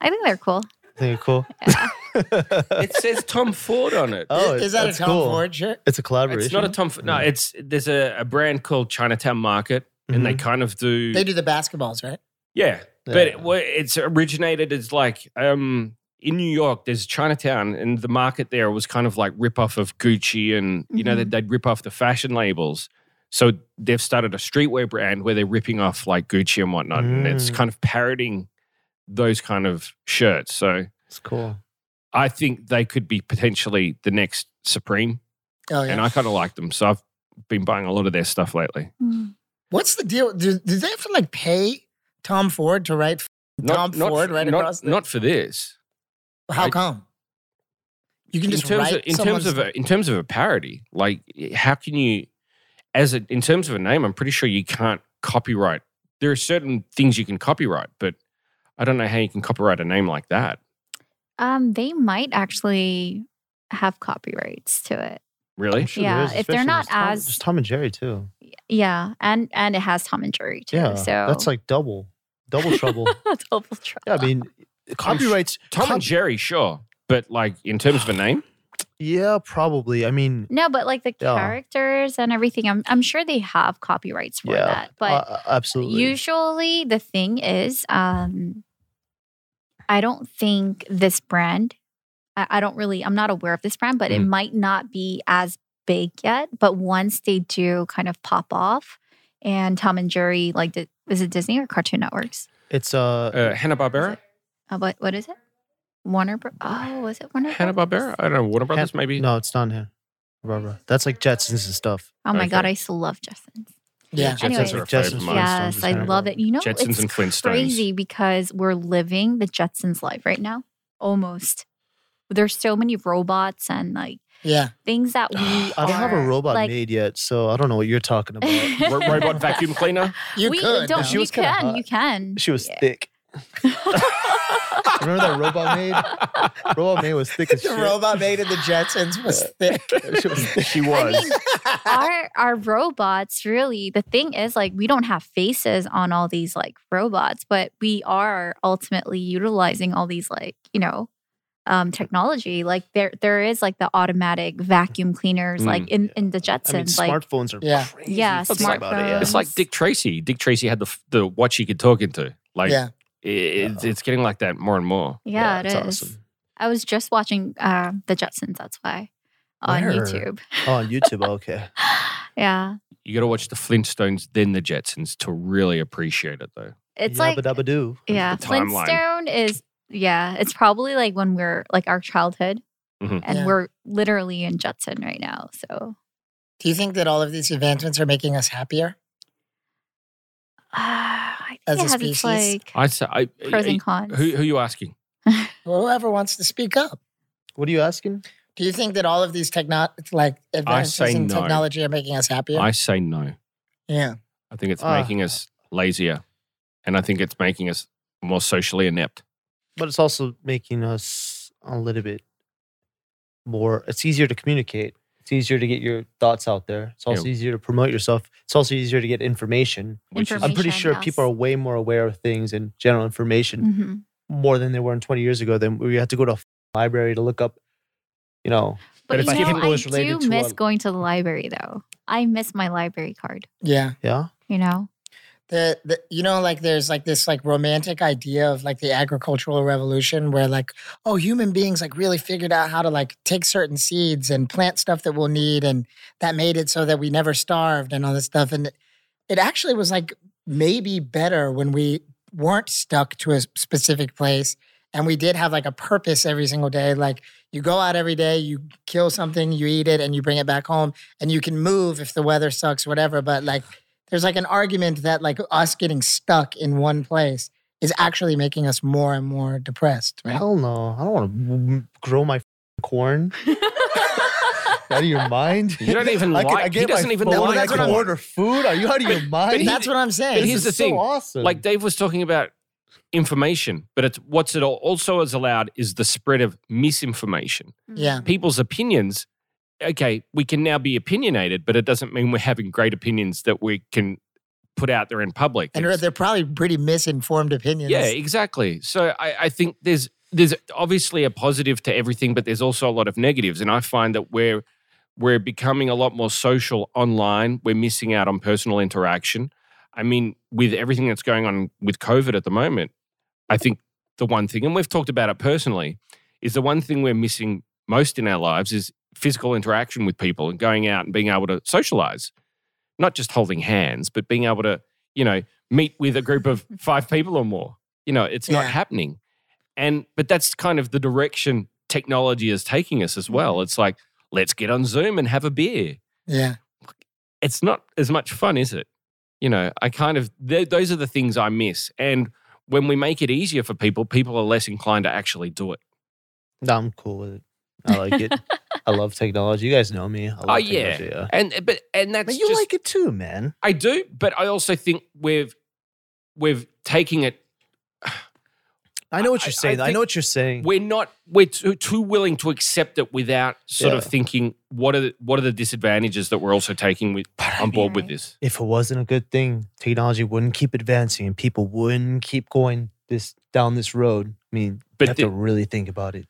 [SPEAKER 2] I think they're cool.
[SPEAKER 6] I think they're cool.
[SPEAKER 2] Yeah.
[SPEAKER 3] It says Tom Ford on it.
[SPEAKER 6] oh,
[SPEAKER 4] is, is that a
[SPEAKER 6] that's
[SPEAKER 4] Tom
[SPEAKER 6] cool.
[SPEAKER 4] Ford shirt?
[SPEAKER 6] It's a collaboration.
[SPEAKER 3] It's not a Tom. Ford.
[SPEAKER 4] Mm.
[SPEAKER 3] No, it's there's a, a brand called Chinatown Market, and they kind of do.
[SPEAKER 4] Mm-hmm. They do the basketballs, right?
[SPEAKER 3] yeah, but it,
[SPEAKER 6] Yeah.
[SPEAKER 3] wa- it's originated as like um in New York. There's Chinatown, and the market there was kind of like rip off of Gucci, and you know
[SPEAKER 2] Mhm.
[SPEAKER 4] Mm-hmm.
[SPEAKER 3] they'd, they'd rip off the fashion labels. So they've started a streetwear brand where they're ripping off like Gucci and whatnot, and it's
[SPEAKER 6] Mm.
[SPEAKER 3] kind of parroting those kind of shirts. So
[SPEAKER 6] It's cool.
[SPEAKER 3] I think they could be potentially the next Supreme,
[SPEAKER 4] Oh yeah.
[SPEAKER 3] and I kind of like them. So I've been buying a lot of their stuff lately.
[SPEAKER 2] Mm.
[SPEAKER 4] What's the deal? Do, do they have to like pay Tom Ford to write? f- Tom Ford
[SPEAKER 3] f-
[SPEAKER 4] right
[SPEAKER 3] not,
[SPEAKER 4] across the-
[SPEAKER 3] not for this.
[SPEAKER 4] How
[SPEAKER 3] I-
[SPEAKER 4] come? You can
[SPEAKER 3] In
[SPEAKER 4] just
[SPEAKER 3] terms
[SPEAKER 4] write
[SPEAKER 3] of in terms
[SPEAKER 4] someone's-
[SPEAKER 3] of a, in terms of a parody, like how can you as a in terms of a name? I'm pretty sure you can't copyright. There are certain things you can copyright, but I don't know how you can copyright a name like that.
[SPEAKER 2] Um, they might actually have copyrights to it.
[SPEAKER 3] Really?
[SPEAKER 6] sure there
[SPEAKER 2] Yeah,
[SPEAKER 6] is,
[SPEAKER 2] if they're
[SPEAKER 6] especially
[SPEAKER 2] not
[SPEAKER 6] there's Tom,
[SPEAKER 2] as-
[SPEAKER 6] there's Tom and Jerry too.
[SPEAKER 2] Yeah, and and it has Tom and Jerry too.
[SPEAKER 6] Yeah,
[SPEAKER 2] so
[SPEAKER 6] that's like double, double trouble.
[SPEAKER 2] double trouble.
[SPEAKER 6] yeah, I mean, copyrights.
[SPEAKER 3] Tom
[SPEAKER 6] com-
[SPEAKER 3] and Jerry, sure, but like in terms of a name,
[SPEAKER 6] Yeah, probably. I mean,
[SPEAKER 2] no, but like the
[SPEAKER 6] Yeah.
[SPEAKER 2] characters and everything, I'm I'm sure they have copyrights for
[SPEAKER 6] yeah,
[SPEAKER 2] that. But
[SPEAKER 6] uh, absolutely.
[SPEAKER 2] Usually, the thing is, um, I don't think this brand, I, I don't really, I'm not aware of this brand, but it
[SPEAKER 3] Mm.
[SPEAKER 2] might not be as big yet. But once they do kind of pop off, and Tom and Jerry, like, the, is it Disney or Cartoon Networks?
[SPEAKER 6] It's uh,
[SPEAKER 3] uh Hanna Barbera.
[SPEAKER 2] Uh, what what is it? Warner. Bro- oh, was it Warner?
[SPEAKER 3] Hanna Barbera. I don't know. Warner Brothers. maybe.
[SPEAKER 6] No, it's not him. Barbara. That's like Jetsons and stuff.
[SPEAKER 2] Oh my god, I used to love Jetsons.
[SPEAKER 6] Yeah. Jetsons
[SPEAKER 2] Anyways,
[SPEAKER 6] are a favorite of mine.
[SPEAKER 2] Yes,
[SPEAKER 6] Jetsons
[SPEAKER 2] I
[SPEAKER 6] are
[SPEAKER 2] love it. You know,
[SPEAKER 3] Jetsons
[SPEAKER 2] it's
[SPEAKER 3] and Flintstones.
[SPEAKER 2] crazy because we're living the Jetsons life right now, almost. There's so many robots and like
[SPEAKER 4] Yeah.
[SPEAKER 2] things that we.
[SPEAKER 6] I don't have a
[SPEAKER 2] are,
[SPEAKER 6] robot
[SPEAKER 2] like-
[SPEAKER 6] made yet, so I don't know what you're talking about.
[SPEAKER 3] Ro- robot vacuum cleaner.
[SPEAKER 4] You
[SPEAKER 2] we
[SPEAKER 4] could.
[SPEAKER 2] Don't,
[SPEAKER 6] She
[SPEAKER 2] you
[SPEAKER 6] was kinda
[SPEAKER 2] can.
[SPEAKER 6] hot.
[SPEAKER 2] You can.
[SPEAKER 6] She was thick. Remember that robot maid? Robot maid was thick as
[SPEAKER 4] The
[SPEAKER 6] shit.
[SPEAKER 4] robot made in the Jetsons was thick.
[SPEAKER 6] she was.
[SPEAKER 3] She was.
[SPEAKER 2] our our robots really the thing is like we don't have faces on all these like robots but we are ultimately utilizing all these like you know um technology like there there is like the automatic vacuum cleaners like
[SPEAKER 3] Mm.
[SPEAKER 2] in in the
[SPEAKER 6] Hmm. I
[SPEAKER 2] jetsons
[SPEAKER 6] mean,
[SPEAKER 2] like
[SPEAKER 6] smartphones are
[SPEAKER 4] Yeah.
[SPEAKER 6] crazy.
[SPEAKER 2] yeah
[SPEAKER 3] It's like-
[SPEAKER 2] smartphones
[SPEAKER 3] It's like Dick Tracy. Dick Tracy had the f- the what she could talk into. Like
[SPEAKER 4] Yeah.
[SPEAKER 3] i- it's, it's getting like that more and more.
[SPEAKER 2] yeah, it
[SPEAKER 6] it's
[SPEAKER 2] is.
[SPEAKER 6] awesome.
[SPEAKER 2] i was just watching uh the jetsons that's why on
[SPEAKER 6] Where?
[SPEAKER 2] youtube
[SPEAKER 6] Oh, on YouTube. Okay.
[SPEAKER 2] yeah
[SPEAKER 3] You got to watch the Flintstones, then the Jetsons to really appreciate it, though.
[SPEAKER 2] it's like
[SPEAKER 6] Yabba doo.
[SPEAKER 2] Yeah,
[SPEAKER 3] the timeline.
[SPEAKER 2] Flintstone is yeah, it's probably like when we're like our childhood,
[SPEAKER 6] Mm-hmm.
[SPEAKER 3] Mhm.
[SPEAKER 2] and
[SPEAKER 4] Yeah.
[SPEAKER 2] we're literally in Jetson right now. So
[SPEAKER 4] Do you think that all of these advancements are making us happier?
[SPEAKER 2] uh, I think
[SPEAKER 4] As
[SPEAKER 2] it
[SPEAKER 4] a
[SPEAKER 2] has its,
[SPEAKER 4] species?
[SPEAKER 2] like
[SPEAKER 3] I say, I,
[SPEAKER 2] pros and cons.
[SPEAKER 3] who, who are you asking?
[SPEAKER 4] Whoever wants to speak up.
[SPEAKER 6] What are you asking?
[SPEAKER 4] Do you think that all of these techno- like advances
[SPEAKER 3] say
[SPEAKER 4] in
[SPEAKER 3] no.
[SPEAKER 4] technology are making us happier?
[SPEAKER 3] I say no.
[SPEAKER 4] yeah.
[SPEAKER 3] I think it's
[SPEAKER 6] Ah.
[SPEAKER 3] making us lazier, and I think it's making us more socially inept.
[SPEAKER 6] But it's also making us a little bit more. It's easier to communicate. It's easier to get your thoughts out there. It's also
[SPEAKER 3] Yeah.
[SPEAKER 6] easier to promote yourself. It's also easier to get information.
[SPEAKER 3] Which is,
[SPEAKER 6] I'm pretty
[SPEAKER 2] Information,
[SPEAKER 6] sure people
[SPEAKER 2] yes.
[SPEAKER 6] are way more aware of things and general information
[SPEAKER 2] hmm
[SPEAKER 6] more than they were in 20 years ago. Then we had to go to a library to look up, you know,
[SPEAKER 2] But
[SPEAKER 3] if
[SPEAKER 2] you
[SPEAKER 3] I
[SPEAKER 2] know,
[SPEAKER 3] can
[SPEAKER 2] I
[SPEAKER 6] always relate
[SPEAKER 2] do
[SPEAKER 6] it to
[SPEAKER 2] miss
[SPEAKER 6] a-
[SPEAKER 2] going to the library though. I miss my library card.
[SPEAKER 4] Yeah.
[SPEAKER 6] yeah.
[SPEAKER 2] You know,
[SPEAKER 4] The, the you know like there's like this like romantic idea of like the agricultural revolution where like oh human beings like really figured out how to like take certain seeds and plant stuff that we'll need and that made it so that we never starved and all this stuff and it actually was like maybe better when we weren't stuck to a specific place and we did have like a purpose every single day like you go out every day you kill something you eat it and you bring it back home and you can move if the weather sucks whatever but like there's like an argument that like us getting stuck in one place is actually making us more and more depressed right
[SPEAKER 6] Hell no. I don't want to grow my corn. out of your mind?
[SPEAKER 3] You don't even
[SPEAKER 6] I can-
[SPEAKER 3] like-
[SPEAKER 6] I
[SPEAKER 3] he
[SPEAKER 6] get
[SPEAKER 3] doesn't
[SPEAKER 6] my
[SPEAKER 3] even
[SPEAKER 6] phone,
[SPEAKER 3] like
[SPEAKER 6] I can
[SPEAKER 3] corn.
[SPEAKER 6] order food. Are you out of your mind?
[SPEAKER 3] he-
[SPEAKER 4] that's what i'm saying
[SPEAKER 3] but
[SPEAKER 6] this
[SPEAKER 3] here's
[SPEAKER 6] is
[SPEAKER 3] the
[SPEAKER 6] so
[SPEAKER 3] thing,
[SPEAKER 6] awesome.
[SPEAKER 3] like Dave was talking about information, but it's what's it al- also is allowed is the spread of misinformation.
[SPEAKER 4] yeah
[SPEAKER 3] people's opinions. Okay, we can now be opinionated, but it doesn't mean we're having great opinions that we can put out there in public.
[SPEAKER 4] and
[SPEAKER 3] It's-
[SPEAKER 4] they're probably pretty misinformed opinions
[SPEAKER 3] yeah, exactly. So I, I think there's there's obviously a positive to everything, but there's also a lot of negatives. And I find that we're we're becoming a lot more social online. We're missing out on personal interaction. I mean, with everything that's going on with COVID at the moment, I think the one thing, and we've talked about it personally, is the one thing we're missing most in our lives is physical interaction with people and going out and being able to socialize. Not just holding hands, but being able to, you know, meet with a group of five people or more. You know, it's not
[SPEAKER 4] Yeah.
[SPEAKER 3] happening. And but that's kind of the direction technology is taking us as well. It's like, let's get on Zoom and have a beer.
[SPEAKER 4] yeah
[SPEAKER 3] It's not as much fun, is it? You know, I kind of th- those are the things I miss. And when we make it easier for people, people are less inclined to actually do it.
[SPEAKER 6] No, I'm cool with it. I like it. I love technology. You guys know me. I love
[SPEAKER 3] Oh yeah.
[SPEAKER 6] technology, yeah.
[SPEAKER 3] and but and that's
[SPEAKER 6] But you
[SPEAKER 3] just,
[SPEAKER 6] like it too, man.
[SPEAKER 3] I do, but I also think we've we've taking it
[SPEAKER 6] I know what
[SPEAKER 3] I- I
[SPEAKER 6] you're saying. I,
[SPEAKER 3] think
[SPEAKER 6] know what you're saying.
[SPEAKER 3] we're not we're too, too willing to accept it without sort of
[SPEAKER 6] Yeah.
[SPEAKER 3] thinking what are the, what are the disadvantages that we're also taking with on board with
[SPEAKER 2] Right.
[SPEAKER 3] this
[SPEAKER 6] if it wasn't a good thing, technology wouldn't keep advancing and people wouldn't keep going this down this road. I mean,
[SPEAKER 3] But
[SPEAKER 6] you have
[SPEAKER 3] the-
[SPEAKER 6] to really think about it.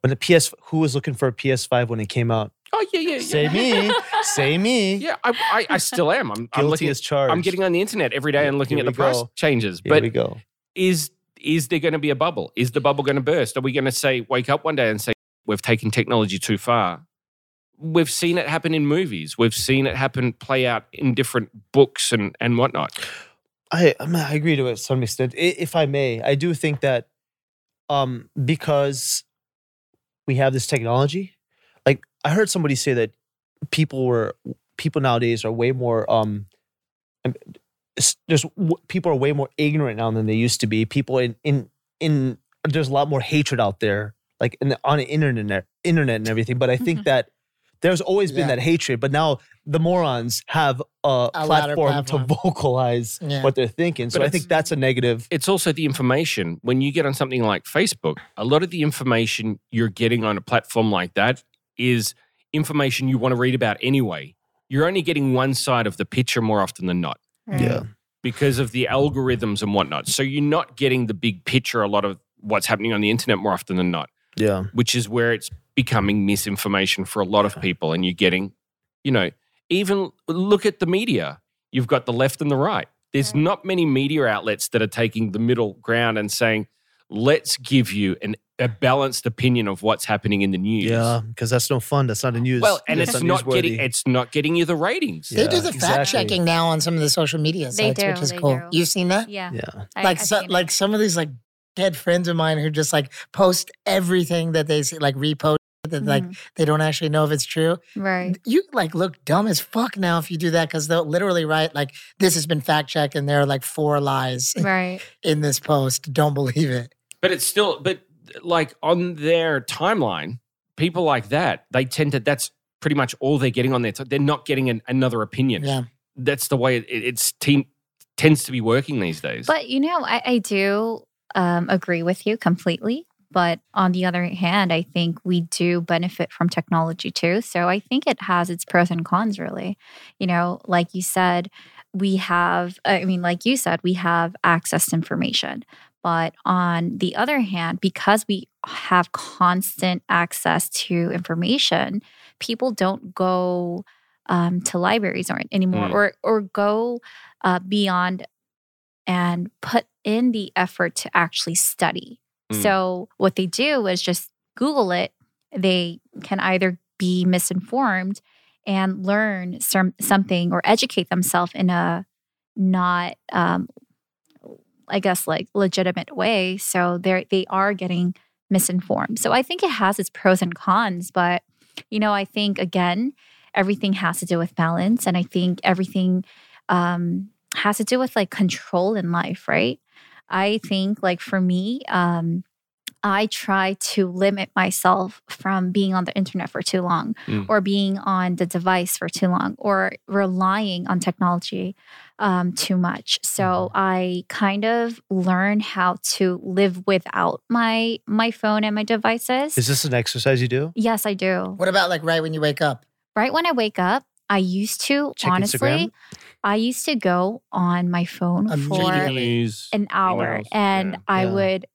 [SPEAKER 6] When the PS, who was looking for a PS5 when it came out?
[SPEAKER 3] oh yeah yeah yeah
[SPEAKER 6] Say me, say me.
[SPEAKER 3] yeah I, I, I still am I'm, I'm
[SPEAKER 6] Guilty
[SPEAKER 3] looking
[SPEAKER 6] as charged.
[SPEAKER 3] I'm getting on the internet every day
[SPEAKER 6] Here-
[SPEAKER 3] and looking
[SPEAKER 6] here
[SPEAKER 3] at the
[SPEAKER 6] we
[SPEAKER 3] price
[SPEAKER 6] go.
[SPEAKER 3] changes
[SPEAKER 6] Here
[SPEAKER 3] but
[SPEAKER 6] we go.
[SPEAKER 3] is is there going to be a bubble is the bubble going to burst are we going to say wake up one day and say we've taken technology too far we've seen it happen in movies we've seen it happen play out in different books and and whatnot
[SPEAKER 6] I I mean, I agree to it some extent. I- If I may, I do think that um because we have this technology, like I heard somebody say that people were people nowadays are way more um um, s- there's w- people are way more ignorant now than they used to be. People in in in there's a lot more hatred out there like in the, on the internet internet and everything, but I think that there's always been
[SPEAKER 4] Mm-hmm. Yeah.
[SPEAKER 6] that hatred, but now the morons have a,
[SPEAKER 4] A louder
[SPEAKER 6] platform, to
[SPEAKER 4] platform.
[SPEAKER 6] vocalize
[SPEAKER 4] Yeah.
[SPEAKER 6] what they're thinking. So
[SPEAKER 3] But
[SPEAKER 6] I think that's a negative.
[SPEAKER 3] It's also the information. When you get on something like Facebook, a lot of the information you're getting on a platform like that is information you want to read about anyway. You're only getting one side of the picture more often than not
[SPEAKER 6] Yeah.
[SPEAKER 3] because of the algorithms and whatnot. So you're not getting the big picture a lot of what's happening on the internet more often than not,
[SPEAKER 6] Yeah.
[SPEAKER 3] which is where it's becoming misinformation for a lot of people. And you're getting, you know, even look at the media. You've got the left and the right. There's not many media outlets that are taking the middle ground and saying, let's give you an, a balanced opinion of what's happening in the news.
[SPEAKER 6] Yeah. Because that's no fun. That's not a news.
[SPEAKER 3] Well, and
[SPEAKER 6] that's
[SPEAKER 3] it's not
[SPEAKER 6] newsworthy.
[SPEAKER 3] getting it's not getting you the ratings.
[SPEAKER 4] They do
[SPEAKER 6] Yeah,
[SPEAKER 4] the fact
[SPEAKER 6] exactly.
[SPEAKER 4] checking now on some of the social media
[SPEAKER 2] They
[SPEAKER 4] sites,
[SPEAKER 2] do,
[SPEAKER 4] which is
[SPEAKER 2] they
[SPEAKER 4] cool.
[SPEAKER 2] do.
[SPEAKER 4] You've seen that?
[SPEAKER 2] Yeah.
[SPEAKER 6] Yeah.
[SPEAKER 2] I-
[SPEAKER 4] like
[SPEAKER 2] I've
[SPEAKER 4] so,
[SPEAKER 2] seen it.
[SPEAKER 4] like some of these like dead friends of mine who just like post everything that they see, like repost that like
[SPEAKER 2] Mhm.
[SPEAKER 4] they don't actually know if it's true.
[SPEAKER 2] right.
[SPEAKER 4] You like look dumb as fuck now if you do that because they'll literally write like this has been fact checked and there are like four lies
[SPEAKER 2] Right.
[SPEAKER 4] in this post. Don't believe it.
[SPEAKER 3] But it's still, but like on their timeline, people like that, they tend to, that's pretty much all they're getting on their, t- they're not getting an, another opinion.
[SPEAKER 4] Yeah.
[SPEAKER 3] That's the way it, it's team tends to be working these days.
[SPEAKER 2] But you know, I, I do um, agree with you completely. But on the other hand, I think we do benefit from technology too. So I think it has its pros and cons, really. You know, like you said, we have, I mean, like you said, we have access to information. But on the other hand, because we have constant access to information, people don't go um, to libraries or anymore
[SPEAKER 3] Mm.
[SPEAKER 2] or, or go uh, beyond and put in the effort to actually study.
[SPEAKER 3] Mm.
[SPEAKER 2] So, what they do is just Google it. They can either be misinformed and learn some, something or educate themselves in a not, um, I guess, like legitimate way. So, they're, they are getting misinformed. So, I think it has its pros and cons, but you know, I think again, everything has to do with balance. And I think everything, um, has to do with like control in life, right? I think like for me, um, I try to limit myself from being on the internet for too long
[SPEAKER 3] Mm.
[SPEAKER 2] or being on the device for too long or relying on technology um, too much. So I kind of learn how to live without my my phone and my devices.
[SPEAKER 6] Is this an exercise you do?
[SPEAKER 2] yes, I do.
[SPEAKER 4] What about like right when you wake up?
[SPEAKER 2] Right when I wake up, I used to
[SPEAKER 6] Check
[SPEAKER 2] honestly,
[SPEAKER 6] Instagram?
[SPEAKER 2] I used to go on my phone for
[SPEAKER 4] Immediately.
[SPEAKER 3] News,
[SPEAKER 2] an hour
[SPEAKER 3] emails,
[SPEAKER 2] and
[SPEAKER 3] yeah.
[SPEAKER 2] i
[SPEAKER 6] Yeah.
[SPEAKER 2] would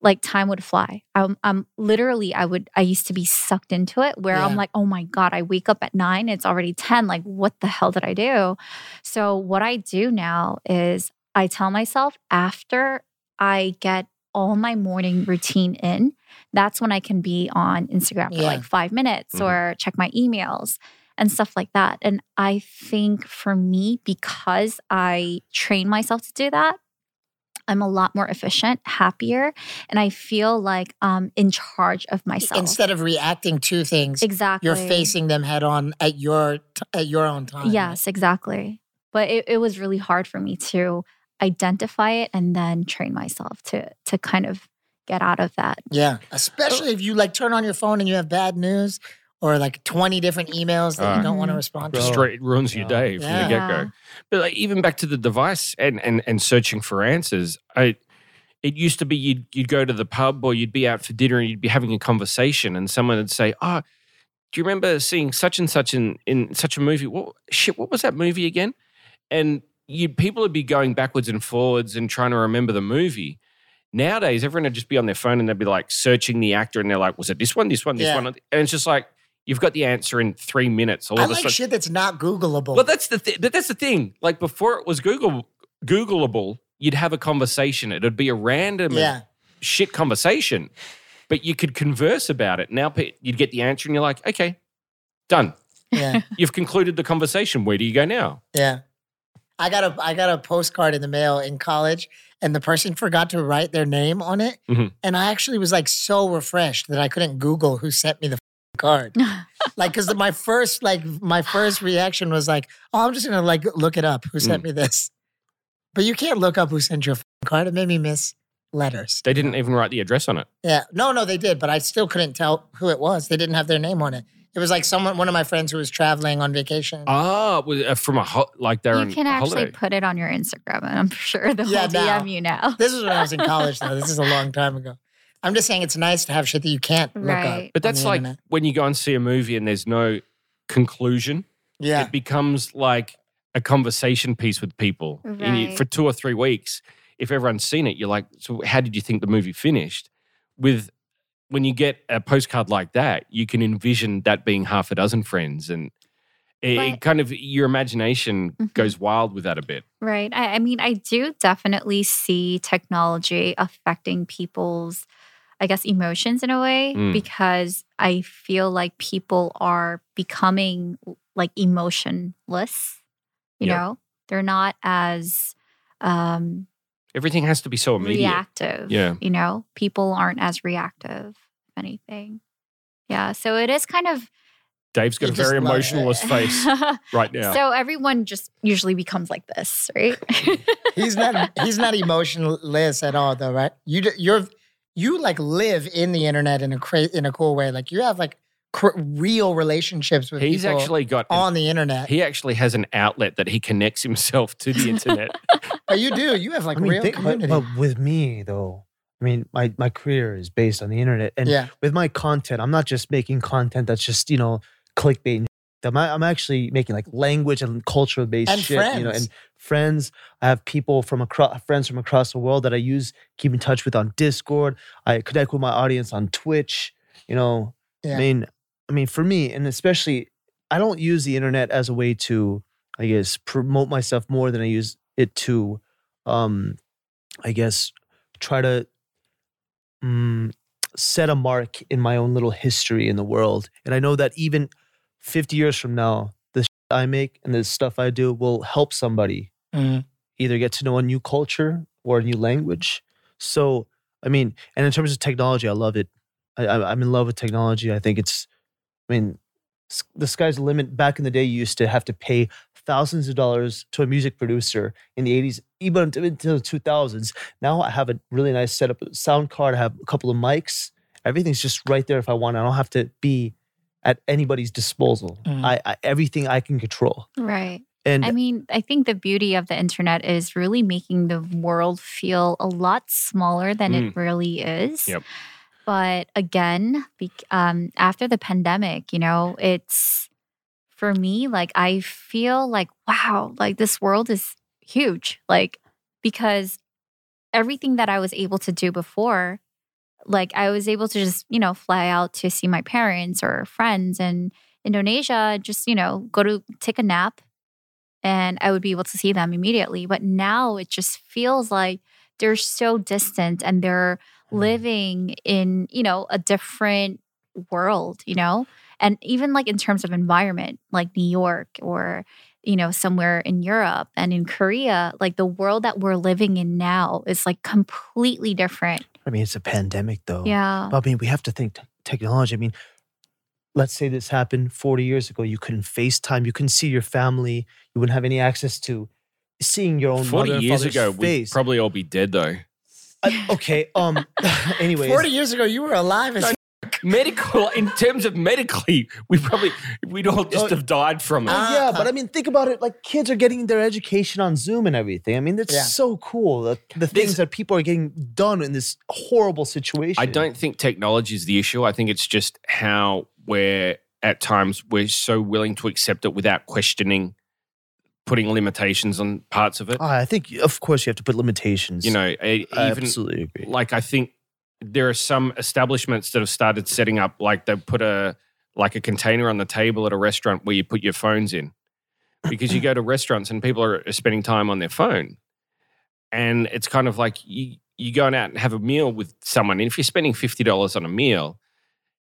[SPEAKER 2] like time would fly i'm, I'm literally i would i used to be sucked into it where i'm
[SPEAKER 4] Yeah.
[SPEAKER 2] like oh my god i wake up at 9 it's already 10 like what the hell did i do so what i do now is i tell myself after i get all my morning routine in that's when i can be on instagram for
[SPEAKER 4] Yeah.
[SPEAKER 2] like five minutes
[SPEAKER 3] Mhm.
[SPEAKER 2] or check my emails and stuff like that and i think for me because i train myself to do that I'm a lot more efficient, happier, and I feel like I'm in charge of myself.
[SPEAKER 4] Instead of reacting to things,
[SPEAKER 2] exactly.
[SPEAKER 4] you're facing them head on at your t- at your own time.
[SPEAKER 2] Yes, exactly. But it, it was really hard for me to identify it and then train myself to to kind of get out of that.
[SPEAKER 4] Yeah. Especially if you like turn on your phone and you have bad news or like 20 different emails that you
[SPEAKER 3] Uh,
[SPEAKER 4] don't
[SPEAKER 2] Mm-hmm.
[SPEAKER 4] want to respond to.
[SPEAKER 6] Bro.
[SPEAKER 3] Straight ruins your
[SPEAKER 6] Yeah.
[SPEAKER 3] day from the
[SPEAKER 4] Yeah.
[SPEAKER 3] get go. But like, even back to the device and and and searching for answers, I it used to be you'd you'd go to the pub or you'd be out for dinner and you'd be having a conversation and someone would say, "Ah, do you remember seeing such and such in in such a movie? What shit? What was that movie again?" And you people would be going backwards and forwards and trying to remember the movie. Nowadays, everyone would just be on their phone and they'd be like searching the actor and they're like, "Was it this one? This one? This
[SPEAKER 4] Yeah.
[SPEAKER 3] one?" And it's just like. You've got the answer in three minutes. All
[SPEAKER 4] I
[SPEAKER 3] of a
[SPEAKER 4] like
[SPEAKER 3] sudden,
[SPEAKER 4] shit that's not Googleable.
[SPEAKER 3] well, that's the thing. But that's the thing. Like before it was Google Googleable, you'd have a conversation. It'd be a random and
[SPEAKER 4] yeah.
[SPEAKER 3] shit conversation, but you could converse about it. Now pe- you'd get the answer, and you're like, okay, done.
[SPEAKER 4] Yeah.
[SPEAKER 3] You've concluded the conversation. Where do you go now?
[SPEAKER 4] Yeah. I got a I got a postcard in the mail in college, and the person forgot to write their name on it.
[SPEAKER 3] Mhm.
[SPEAKER 4] And I actually was like so refreshed that I couldn't Google who sent me the f***ing card. like, because my first like my first reaction was like, oh, I'm just gonna like look it up who sent
[SPEAKER 3] Mm.
[SPEAKER 4] me this. But you can't look up who sent you a f***ing card. It made me miss letters.
[SPEAKER 3] They didn't even write the address on it.
[SPEAKER 4] Yeah. No, no, they did, but I still couldn't tell who it was. They didn't have their name on it. It was like someone, one of my friends who was traveling on vacation.
[SPEAKER 3] Ah, was it from a ho- like they're on
[SPEAKER 2] you can actually
[SPEAKER 3] holiday.
[SPEAKER 2] put it on your Instagram, and I'm sure they'll
[SPEAKER 4] Yeah, now.
[SPEAKER 2] DM you now.
[SPEAKER 4] This was when I was in college, though. This is a long time ago. I'm just saying it's nice to have shit that you can't look
[SPEAKER 2] Right.
[SPEAKER 4] up.
[SPEAKER 3] But
[SPEAKER 4] on
[SPEAKER 3] that's
[SPEAKER 4] the
[SPEAKER 3] like
[SPEAKER 4] internet.
[SPEAKER 3] when you go and see a movie and there's no conclusion.
[SPEAKER 4] yeah.
[SPEAKER 3] It becomes like a conversation piece with people And you-
[SPEAKER 2] Right.
[SPEAKER 3] for two or three weeks. If everyone's seen it, you're like, so how did you think the movie finished? With when you get a postcard like that, you can envision that being half a dozen friends, and it, it
[SPEAKER 2] But-
[SPEAKER 3] kind of your imagination
[SPEAKER 4] Mm-hmm.
[SPEAKER 2] Mhm.
[SPEAKER 3] goes wild with that a bit.
[SPEAKER 2] Right. I, I mean, I do definitely see technology affecting people's, I guess, emotions in a way
[SPEAKER 3] Mm.
[SPEAKER 2] because I feel like people are becoming like emotionless. You
[SPEAKER 3] Yeah.
[SPEAKER 2] know, they're not as um,
[SPEAKER 3] Everything has to be so immediate.
[SPEAKER 2] reactive.
[SPEAKER 3] Yeah.
[SPEAKER 2] You know, people aren't as reactive, if anything. Yeah. So it is kind of.
[SPEAKER 3] Dave's got
[SPEAKER 4] You
[SPEAKER 3] a
[SPEAKER 4] just
[SPEAKER 3] very
[SPEAKER 4] love it.
[SPEAKER 3] emotionalist face right now.
[SPEAKER 2] So everyone just usually becomes like this, right?
[SPEAKER 4] he's not he's not emotionless at all, though, right? You d- you're you like live in the internet in a cra- in a cool way. Like you have like cr- real relationships with
[SPEAKER 3] He's
[SPEAKER 4] people
[SPEAKER 3] actually got an-
[SPEAKER 4] on the internet.
[SPEAKER 3] he actually has an outlet that he connects himself to the internet.
[SPEAKER 4] but you do. You have like
[SPEAKER 6] I mean,
[SPEAKER 4] real
[SPEAKER 6] think- but,
[SPEAKER 4] community.
[SPEAKER 6] but with me though, I mean, my my career is based on the internet, and
[SPEAKER 4] yeah.
[SPEAKER 6] with my content, I'm not just making content that's just you know clickbait. And shit. I'm, I'm actually making like language and culture based
[SPEAKER 4] And
[SPEAKER 6] shit, you know,
[SPEAKER 4] friends.
[SPEAKER 6] and friends. I have people from across friends from across the world that I use keep in touch with on Discord. I connect with my audience on Twitch. You know,
[SPEAKER 4] Yeah.
[SPEAKER 6] I mean, I mean, for me, and especially, I don't use the internet as a way to, I guess, promote myself more than I use it to, um, I guess, try to mm, set a mark in my own little history in the world. And I know that even 50 years from now, the shit I make and the stuff I do will help somebody
[SPEAKER 4] Mhm.
[SPEAKER 6] either get to know a new culture or a new language. So, I mean, and in terms of technology, I love it. I, I, I'm in love with technology. I think it's, I mean, s- the sky's the limit. Back in the day, you used to have to pay thousands of dollars to a music producer in the 80s, even t- into the 2000s. Now I have a really nice setup, a sound card. I have a couple of mics. Everything's just right there if I want. I don't have to be at anybody's disposal.
[SPEAKER 4] Mhm.
[SPEAKER 6] I, I everything I can control.
[SPEAKER 2] right.
[SPEAKER 6] And
[SPEAKER 2] I mean, I think the beauty of the internet is really making the world feel a lot smaller than it really is.
[SPEAKER 3] Yep.
[SPEAKER 2] But again, bec um, after the pandemic, you know, it's for me, like, I feel like, wow, like this world is huge. Like, because everything that I was able to do before, like, I was able to just, you know, fly out to see my parents or friends in Indonesia, just, you know, go to take a nap and I would be able to see them immediately. But now it just feels like they're so distant and they're living in, you know, a different world, you know? And even like in terms of environment, like New York or, you know, somewhere in Europe and in Korea, like the world that we're living in now is like completely different.
[SPEAKER 6] I mean, it's a pandemic though.
[SPEAKER 2] Yeah.
[SPEAKER 6] But I mean, we have to think t- technology. I mean, let's say this happened 40 years ago. You couldn't FaceTime. You couldn't see your family. You wouldn't have any access to seeing your own
[SPEAKER 3] Forty
[SPEAKER 6] mother and
[SPEAKER 3] years
[SPEAKER 6] father's
[SPEAKER 3] ago, we'd
[SPEAKER 6] face.
[SPEAKER 3] probably all be dead though.
[SPEAKER 6] Uh, okay. Um. anyways,
[SPEAKER 4] Forty years ago, you were alive. As
[SPEAKER 3] Medical, in terms of medically, we probably we'd all just have died from it.
[SPEAKER 4] Ah.
[SPEAKER 6] Well, oh, yeah, but I mean, think about it. Like, kids are getting their education on Zoom and everything. I mean, that's
[SPEAKER 4] Yeah.
[SPEAKER 6] so cool. The, the things that people are getting done in this horrible situation.
[SPEAKER 3] I don't think technology is the issue. I think it's just how we're at times we're so willing to accept it without questioning, putting limitations on parts of it.
[SPEAKER 6] Ah, I think, of course, you have to put limitations.
[SPEAKER 3] You know, e-
[SPEAKER 6] I
[SPEAKER 3] even
[SPEAKER 6] absolutely agree.
[SPEAKER 3] like I think there are some establishments that have started setting up like they put a like a container on the table at a restaurant where you put your phones in because you go to restaurants and people are spending time on their phone and it's kind of like you you going out and have a meal with someone and if you're spending $50 on a meal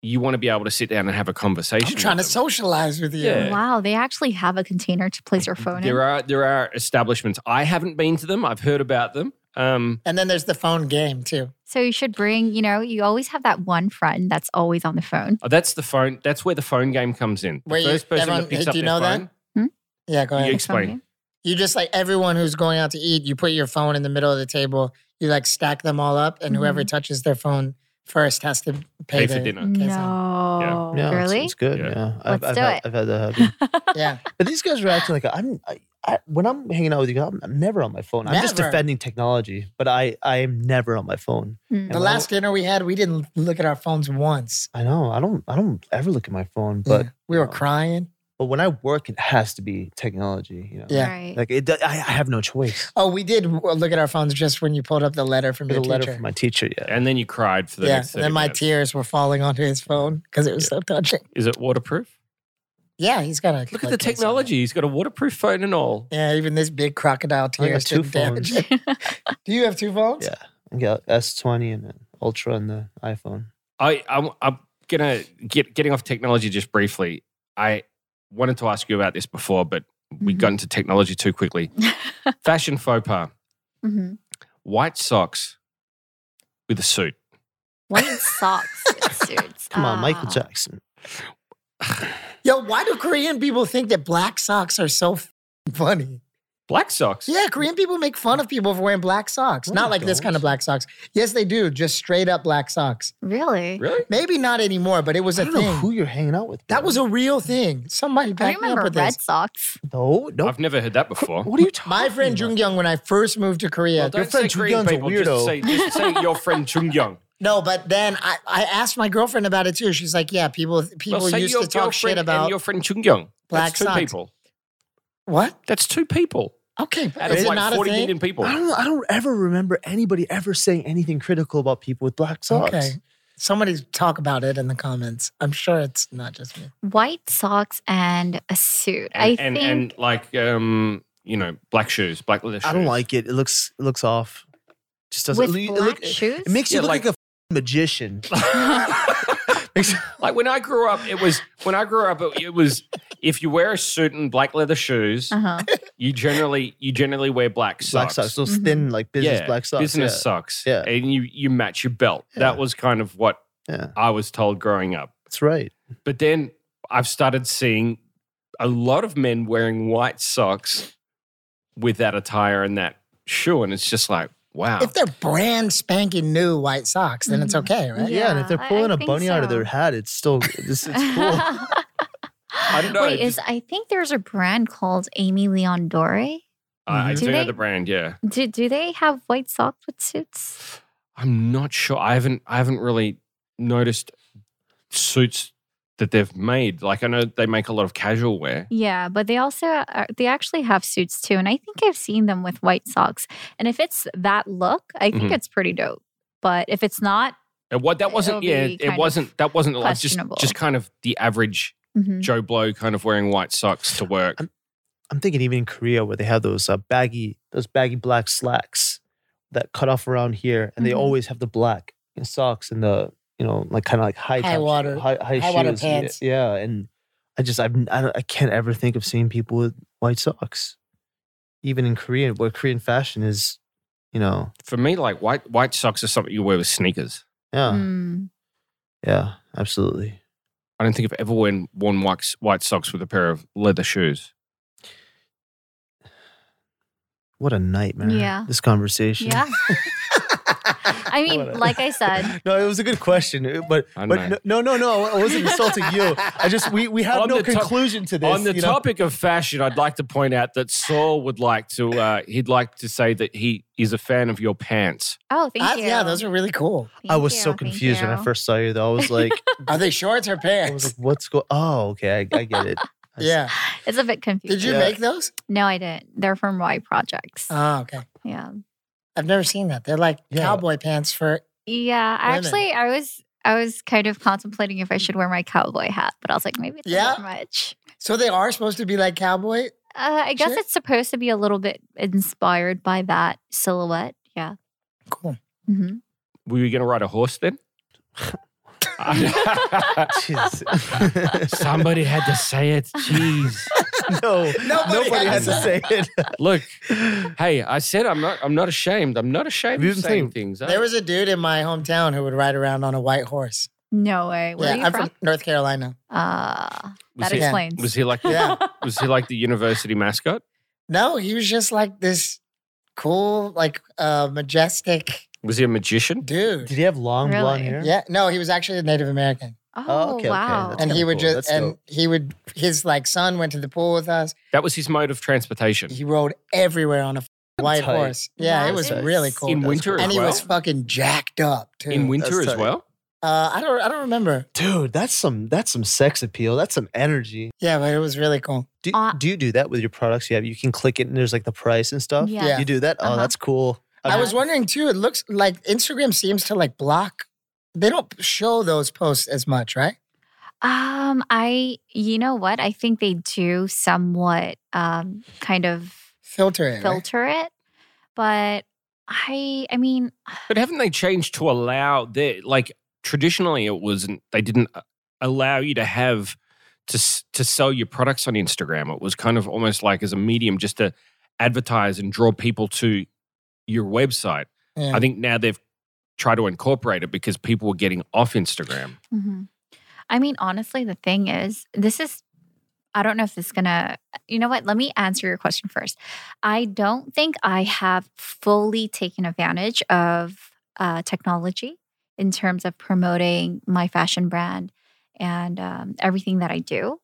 [SPEAKER 3] you want to be able to sit down and have a conversation.
[SPEAKER 4] I'm trying to
[SPEAKER 3] with them.
[SPEAKER 4] socialize with you.
[SPEAKER 3] Yeah.
[SPEAKER 2] Wow, they actually have a container to place your phone in.
[SPEAKER 3] There are there are establishments. I haven't been to them. I've heard about them. Um,
[SPEAKER 4] And then there's the phone game too.
[SPEAKER 2] So you should bring, you know, you always have that one friend that's always on the phone.
[SPEAKER 3] oh, that's the phone. That's where the phone game comes in. The
[SPEAKER 4] Where you-
[SPEAKER 3] first person
[SPEAKER 4] everyone-
[SPEAKER 3] that picks
[SPEAKER 4] do
[SPEAKER 3] up
[SPEAKER 4] you
[SPEAKER 3] their
[SPEAKER 4] know that?
[SPEAKER 3] phone,
[SPEAKER 4] Yeah, go ahead.
[SPEAKER 3] you explain.
[SPEAKER 4] You just like everyone who's going out to eat, you put your phone in the middle of the table, you like stack them all up, and
[SPEAKER 3] Mm-hmm.
[SPEAKER 4] whoever touches their phone first has to pay,
[SPEAKER 3] Pay for
[SPEAKER 4] the-
[SPEAKER 3] dinner.
[SPEAKER 2] No,
[SPEAKER 6] Yeah, it's-
[SPEAKER 2] really?
[SPEAKER 6] It's, good. Yeah, I've,
[SPEAKER 2] Let's
[SPEAKER 6] I've
[SPEAKER 2] do
[SPEAKER 6] had,
[SPEAKER 2] it.
[SPEAKER 6] I've had that happen.
[SPEAKER 4] Yeah.
[SPEAKER 6] But these guys are acting like I'm. I, I, when I'm hanging out with you, guys, I'm, I'm never on my phone. I'm just
[SPEAKER 4] Never.
[SPEAKER 6] defending technology, but I I am never on my phone.
[SPEAKER 2] Mm.
[SPEAKER 6] And
[SPEAKER 4] The
[SPEAKER 6] when
[SPEAKER 4] last dinner we had, we didn't look at our phones once.
[SPEAKER 6] I, I know I don't I don't ever look at my phone, but
[SPEAKER 4] Yeah. we were
[SPEAKER 6] you know,
[SPEAKER 4] crying.
[SPEAKER 6] But when I work, it has to be technology. You know,
[SPEAKER 4] Yeah.
[SPEAKER 2] Right.
[SPEAKER 6] like it. do- I, I have no choice.
[SPEAKER 4] Oh, we did w- look at our phones just when you pulled up the letter from
[SPEAKER 6] Get
[SPEAKER 4] your
[SPEAKER 6] a letter
[SPEAKER 4] teacher.
[SPEAKER 6] from my teacher. Yeah,
[SPEAKER 3] And then you cried for the
[SPEAKER 4] yeah,
[SPEAKER 3] next.
[SPEAKER 4] and
[SPEAKER 3] 30
[SPEAKER 4] then my
[SPEAKER 3] minutes.
[SPEAKER 4] tears were falling onto his phone because it was so touching.
[SPEAKER 3] Is it waterproof?
[SPEAKER 4] Yeah, he's got a
[SPEAKER 3] Look at
[SPEAKER 4] like, case
[SPEAKER 3] the
[SPEAKER 4] on it.
[SPEAKER 3] technology. He's got a waterproof phone and all.
[SPEAKER 4] Yeah, even this big crocodile
[SPEAKER 6] I got
[SPEAKER 4] tears
[SPEAKER 6] two
[SPEAKER 4] didn't damage
[SPEAKER 6] phones.
[SPEAKER 4] it. Do you have two phones?
[SPEAKER 6] yeah. I got S twenty and an Ultra and the iPhone.
[SPEAKER 3] I I'm, I'm gonna get getting off technology just briefly. I wanted to ask you about this before, but
[SPEAKER 4] Mm-hmm.
[SPEAKER 3] we got into technology too quickly. Fashion faux pas:
[SPEAKER 2] Mhm.
[SPEAKER 3] white socks with a suit.
[SPEAKER 2] White socks with suits.
[SPEAKER 6] Come on, Michael
[SPEAKER 2] Ah.
[SPEAKER 6] Jackson.
[SPEAKER 4] Yo, why do Korean people think that black socks are so f- funny?
[SPEAKER 3] Black socks.
[SPEAKER 4] Yeah, Korean people make fun of people for wearing black socks.
[SPEAKER 6] No,
[SPEAKER 4] not
[SPEAKER 6] they
[SPEAKER 4] like this
[SPEAKER 6] don't.
[SPEAKER 4] kind of black socks. Yes, they do. Just straight up black socks.
[SPEAKER 2] Really?
[SPEAKER 3] Really?
[SPEAKER 4] Maybe not anymore, but it was
[SPEAKER 6] I
[SPEAKER 4] a
[SPEAKER 6] don't
[SPEAKER 4] thing.
[SPEAKER 6] know who you're hanging out with.
[SPEAKER 4] that
[SPEAKER 6] bro.
[SPEAKER 4] was a real thing. Somebody
[SPEAKER 2] I
[SPEAKER 4] back me up
[SPEAKER 2] remember
[SPEAKER 4] with
[SPEAKER 2] red
[SPEAKER 4] this.
[SPEAKER 2] socks.
[SPEAKER 6] no, no.
[SPEAKER 3] I've never heard that before.
[SPEAKER 6] What are you talking?
[SPEAKER 4] My friend
[SPEAKER 6] about?
[SPEAKER 4] Jung Young, when I first moved to Korea,
[SPEAKER 3] Well, don't
[SPEAKER 6] friend
[SPEAKER 3] say
[SPEAKER 6] Chung
[SPEAKER 3] Korean
[SPEAKER 6] Young's a
[SPEAKER 3] people. Just
[SPEAKER 6] weirdo.
[SPEAKER 3] say, just say your friend Chung Young.
[SPEAKER 4] no, but then I, I asked my girlfriend about it too. She's like, yeah, people people
[SPEAKER 3] Well, say
[SPEAKER 4] used
[SPEAKER 3] your
[SPEAKER 4] to talk
[SPEAKER 3] girlfriend
[SPEAKER 4] shit
[SPEAKER 3] and
[SPEAKER 4] about
[SPEAKER 3] your friend Chung Young.
[SPEAKER 4] black
[SPEAKER 3] That's two
[SPEAKER 4] socks.
[SPEAKER 3] people.
[SPEAKER 4] what?
[SPEAKER 3] That's two people.
[SPEAKER 4] Okay, but
[SPEAKER 3] Out
[SPEAKER 4] is
[SPEAKER 3] of
[SPEAKER 4] it
[SPEAKER 3] like
[SPEAKER 4] not a
[SPEAKER 3] forty million
[SPEAKER 4] thing?
[SPEAKER 3] people.
[SPEAKER 6] I don't. I don't ever remember anybody ever saying anything critical about people with black socks.
[SPEAKER 4] Okay. Somebody talk about it in the comments. I'm sure it's not just me.
[SPEAKER 2] White socks and a suit.
[SPEAKER 3] And,
[SPEAKER 2] I think
[SPEAKER 3] and, and like um, you know, black shoes, black leather shoes.
[SPEAKER 6] I don't like it. It looks it looks off. Just doesn't.
[SPEAKER 2] with
[SPEAKER 6] it,
[SPEAKER 2] black
[SPEAKER 6] look, it
[SPEAKER 2] shoes.
[SPEAKER 6] makes you
[SPEAKER 3] Yeah,
[SPEAKER 6] look
[SPEAKER 3] like-
[SPEAKER 6] like, a f***ing magician. Makes-
[SPEAKER 3] Like when I grew up, it was when I grew up, it, it was if you wear a suit and black leather shoes,
[SPEAKER 2] uh-huh.
[SPEAKER 3] you generally you generally wear black socks.
[SPEAKER 6] black socks. Those
[SPEAKER 2] Mm-hmm.
[SPEAKER 6] thin like business
[SPEAKER 3] Yeah,
[SPEAKER 6] black socks.
[SPEAKER 3] business
[SPEAKER 6] yeah.
[SPEAKER 3] socks.
[SPEAKER 6] Yeah.
[SPEAKER 3] and you you match your belt.
[SPEAKER 6] Yeah.
[SPEAKER 3] That was kind of what
[SPEAKER 6] Yeah,
[SPEAKER 3] I was told growing up.
[SPEAKER 6] that's right.
[SPEAKER 3] But then I've started seeing a lot of men wearing white socks with that attire and that shoe, and it's just like, wow.
[SPEAKER 4] If they're brand spanking new white socks, then it's okay, right?
[SPEAKER 6] Yeah, and if they're
[SPEAKER 2] Yeah, I-
[SPEAKER 6] pulling
[SPEAKER 2] I
[SPEAKER 6] a
[SPEAKER 2] think
[SPEAKER 6] bunny out of
[SPEAKER 2] so.
[SPEAKER 6] their hat, it's still this. It's cool.
[SPEAKER 3] I don't know, it
[SPEAKER 2] Wait, is I think there's a brand called Amy Leon Dore.
[SPEAKER 3] I, I
[SPEAKER 2] Mhm.
[SPEAKER 3] do
[SPEAKER 2] Do
[SPEAKER 3] know
[SPEAKER 2] they-
[SPEAKER 3] the brand, yeah.
[SPEAKER 2] Do do they have white sock with suits?
[SPEAKER 3] I'm not sure. I haven't I haven't really noticed suits that they've made. Like I know they make a lot of casual wear.
[SPEAKER 2] Yeah, but they also are, they actually have suits too, and I think I've seen them with white socks. And if it's that look, I think
[SPEAKER 6] Mm-hmm.
[SPEAKER 3] Mhm.
[SPEAKER 2] it's pretty dope. But if it's not,
[SPEAKER 3] And Uh, what that wasn't
[SPEAKER 2] It'll
[SPEAKER 3] yeah,
[SPEAKER 2] be kind
[SPEAKER 3] it
[SPEAKER 2] of
[SPEAKER 3] wasn't that wasn't like just
[SPEAKER 2] questionable.
[SPEAKER 3] just kind of the average
[SPEAKER 2] mhm.
[SPEAKER 3] Joe Blow kind of wearing white socks to work.
[SPEAKER 6] I'm- I'm thinking even in Korea where they have those uh, baggy those baggy black slacks that cut off around here, and they
[SPEAKER 2] Mhm.
[SPEAKER 6] always have the black socks and the you know like kind of like high
[SPEAKER 4] High
[SPEAKER 6] top-
[SPEAKER 4] water-
[SPEAKER 6] high, high,
[SPEAKER 4] high water
[SPEAKER 6] shoes.
[SPEAKER 4] pants.
[SPEAKER 6] Yeah, and I just I've, I don't- I can't ever think of seeing people with white socks, even in Korea where Korean fashion is, you know,
[SPEAKER 3] For me, like white white socks are something you wear with sneakers.
[SPEAKER 6] yeah,
[SPEAKER 2] Mm.
[SPEAKER 6] yeah, absolutely.
[SPEAKER 3] I don't think I've ever worn worn white, white socks with a pair of leather shoes.
[SPEAKER 6] What a nightmare.
[SPEAKER 2] Yeah.
[SPEAKER 6] this conversation.
[SPEAKER 2] yeah. I mean,
[SPEAKER 6] Whatever.
[SPEAKER 2] like I said,
[SPEAKER 6] No, it was a good question, uh, but
[SPEAKER 3] I
[SPEAKER 6] but
[SPEAKER 3] know.
[SPEAKER 6] no, no, no, no, I wasn't insulting you. I just we we have
[SPEAKER 3] On
[SPEAKER 6] no
[SPEAKER 3] the top-
[SPEAKER 6] conclusion to this.
[SPEAKER 3] On the
[SPEAKER 6] you know?
[SPEAKER 3] topic of fashion, I'd like to point out that Saul would like to uh, he'd like to say that he is a fan of your pants.
[SPEAKER 2] oh, thank
[SPEAKER 4] I-
[SPEAKER 2] you.
[SPEAKER 4] yeah, those are really cool.
[SPEAKER 6] I
[SPEAKER 2] Thank
[SPEAKER 6] was so
[SPEAKER 2] you, thank
[SPEAKER 6] confused when I
[SPEAKER 2] you.
[SPEAKER 6] first saw you. Though I was like,
[SPEAKER 4] Are they shorts or
[SPEAKER 6] I was
[SPEAKER 4] pants?
[SPEAKER 6] like, what's going? Oh, okay, I, I get it. I s-
[SPEAKER 4] yeah.
[SPEAKER 2] It's a bit confusing.
[SPEAKER 4] Did you
[SPEAKER 6] Yeah.
[SPEAKER 4] make those?
[SPEAKER 2] No, I didn't. They're from Y Projects.
[SPEAKER 4] Oh, okay.
[SPEAKER 2] yeah.
[SPEAKER 4] I've never seen that. They're like
[SPEAKER 6] Yeah.
[SPEAKER 4] cowboy pants for.
[SPEAKER 2] Yeah, I
[SPEAKER 4] Women.
[SPEAKER 2] actually, I was I was kind of contemplating if I should wear my cowboy hat, but I was like, maybe it's
[SPEAKER 4] Yeah.
[SPEAKER 2] not much.
[SPEAKER 4] So they are supposed to be like cowboy.
[SPEAKER 2] Uh, I guess
[SPEAKER 4] Sure.
[SPEAKER 2] it's supposed to be a little bit inspired by that silhouette. Yeah.
[SPEAKER 4] Cool.
[SPEAKER 2] hmm
[SPEAKER 3] Were you going to ride a horse then? Somebody had to say it. Jeez.
[SPEAKER 6] No, nobody, had to say it.
[SPEAKER 3] Look, hey, I said I'm not. I'm not ashamed. I'm not ashamed of
[SPEAKER 6] You've
[SPEAKER 3] saying
[SPEAKER 6] been-
[SPEAKER 3] things. eh?
[SPEAKER 4] There was a dude in my hometown who would ride around on a white horse.
[SPEAKER 2] No way. Where
[SPEAKER 4] yeah,
[SPEAKER 2] are you
[SPEAKER 4] I'm
[SPEAKER 2] from?
[SPEAKER 4] from North Carolina.
[SPEAKER 2] Uh,
[SPEAKER 3] Was
[SPEAKER 2] that
[SPEAKER 3] he-
[SPEAKER 2] explains.
[SPEAKER 3] Was he like?
[SPEAKER 4] Yeah.
[SPEAKER 3] Was he like the university mascot?
[SPEAKER 4] No, he was just like this cool, like uh, majestic
[SPEAKER 3] Was he a magician?
[SPEAKER 4] dude.
[SPEAKER 6] Did he have long blonde
[SPEAKER 2] Really?
[SPEAKER 6] hair?
[SPEAKER 4] Yeah, no, he was actually a Native American,
[SPEAKER 6] okay,
[SPEAKER 2] oh,
[SPEAKER 6] okay,
[SPEAKER 2] wow.
[SPEAKER 6] that's-
[SPEAKER 4] and he
[SPEAKER 6] kinda
[SPEAKER 4] would
[SPEAKER 6] cool.
[SPEAKER 4] just
[SPEAKER 6] That's
[SPEAKER 4] and
[SPEAKER 6] dope.
[SPEAKER 4] he would his like son went to the pool with us.
[SPEAKER 3] That was his mode of transportation.
[SPEAKER 4] He rode everywhere on a white
[SPEAKER 6] tight.
[SPEAKER 4] horse. Yeah, it
[SPEAKER 2] That's
[SPEAKER 4] was
[SPEAKER 2] tight.
[SPEAKER 4] really cool.
[SPEAKER 3] In winter
[SPEAKER 4] and
[SPEAKER 3] as
[SPEAKER 4] he
[SPEAKER 3] well.
[SPEAKER 4] was fucking jacked up too.
[SPEAKER 3] In winter
[SPEAKER 6] That's
[SPEAKER 3] as
[SPEAKER 6] tight.
[SPEAKER 3] well.
[SPEAKER 4] uh, I don't, I don't remember.
[SPEAKER 6] Dude, that's some that's some sex appeal. That's some energy.
[SPEAKER 4] Yeah, but it was really cool.
[SPEAKER 6] Do,
[SPEAKER 2] Uh,
[SPEAKER 6] do you do that with your products? You have you can click it and there's like the price and stuff.
[SPEAKER 2] Yeah.
[SPEAKER 4] Yeah.
[SPEAKER 6] You do that? Oh,
[SPEAKER 2] Uh-huh.
[SPEAKER 6] that's cool.
[SPEAKER 4] I was wondering too. It looks like Instagram seems to like block. They don't show those posts as much, right?
[SPEAKER 2] Um, I you know what? I think they do somewhat um kind of
[SPEAKER 4] Filter it. right?
[SPEAKER 2] filter it, but I I mean
[SPEAKER 3] But haven't they changed to allow that? Like traditionally, it wasn't. They didn't uh, allow you to have to s- to sell your products on Instagram. It was kind of almost like as a medium just to advertise and draw people to your website.
[SPEAKER 4] Yeah.
[SPEAKER 3] I think now they've tried to incorporate it because people were getting off Instagram.
[SPEAKER 2] mhm. I mean honestly the thing is this is I don't know if this is gonna you know what? Let me answer your question first. I don't think I have fully taken advantage of uh, technology in terms of promoting my fashion brand and um, everything that I do.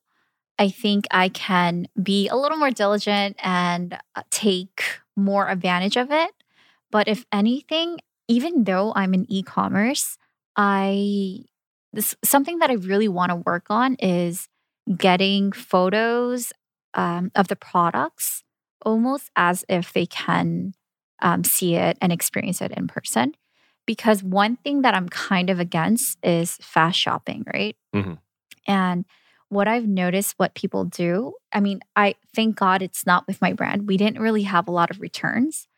[SPEAKER 2] I think I can be a little more diligent and uh, take more advantage of it. But if anything, even though I'm in e-commerce, I this something that I really want to work on is getting photos um, of the products almost as if they can um, see it and experience it in person. Because one thing that I'm kind of against is fast shopping, right?
[SPEAKER 3] Mhm.
[SPEAKER 2] And what I've noticed, what people do, I mean, I thank God it's not with my brand. We didn't really have a lot of returns.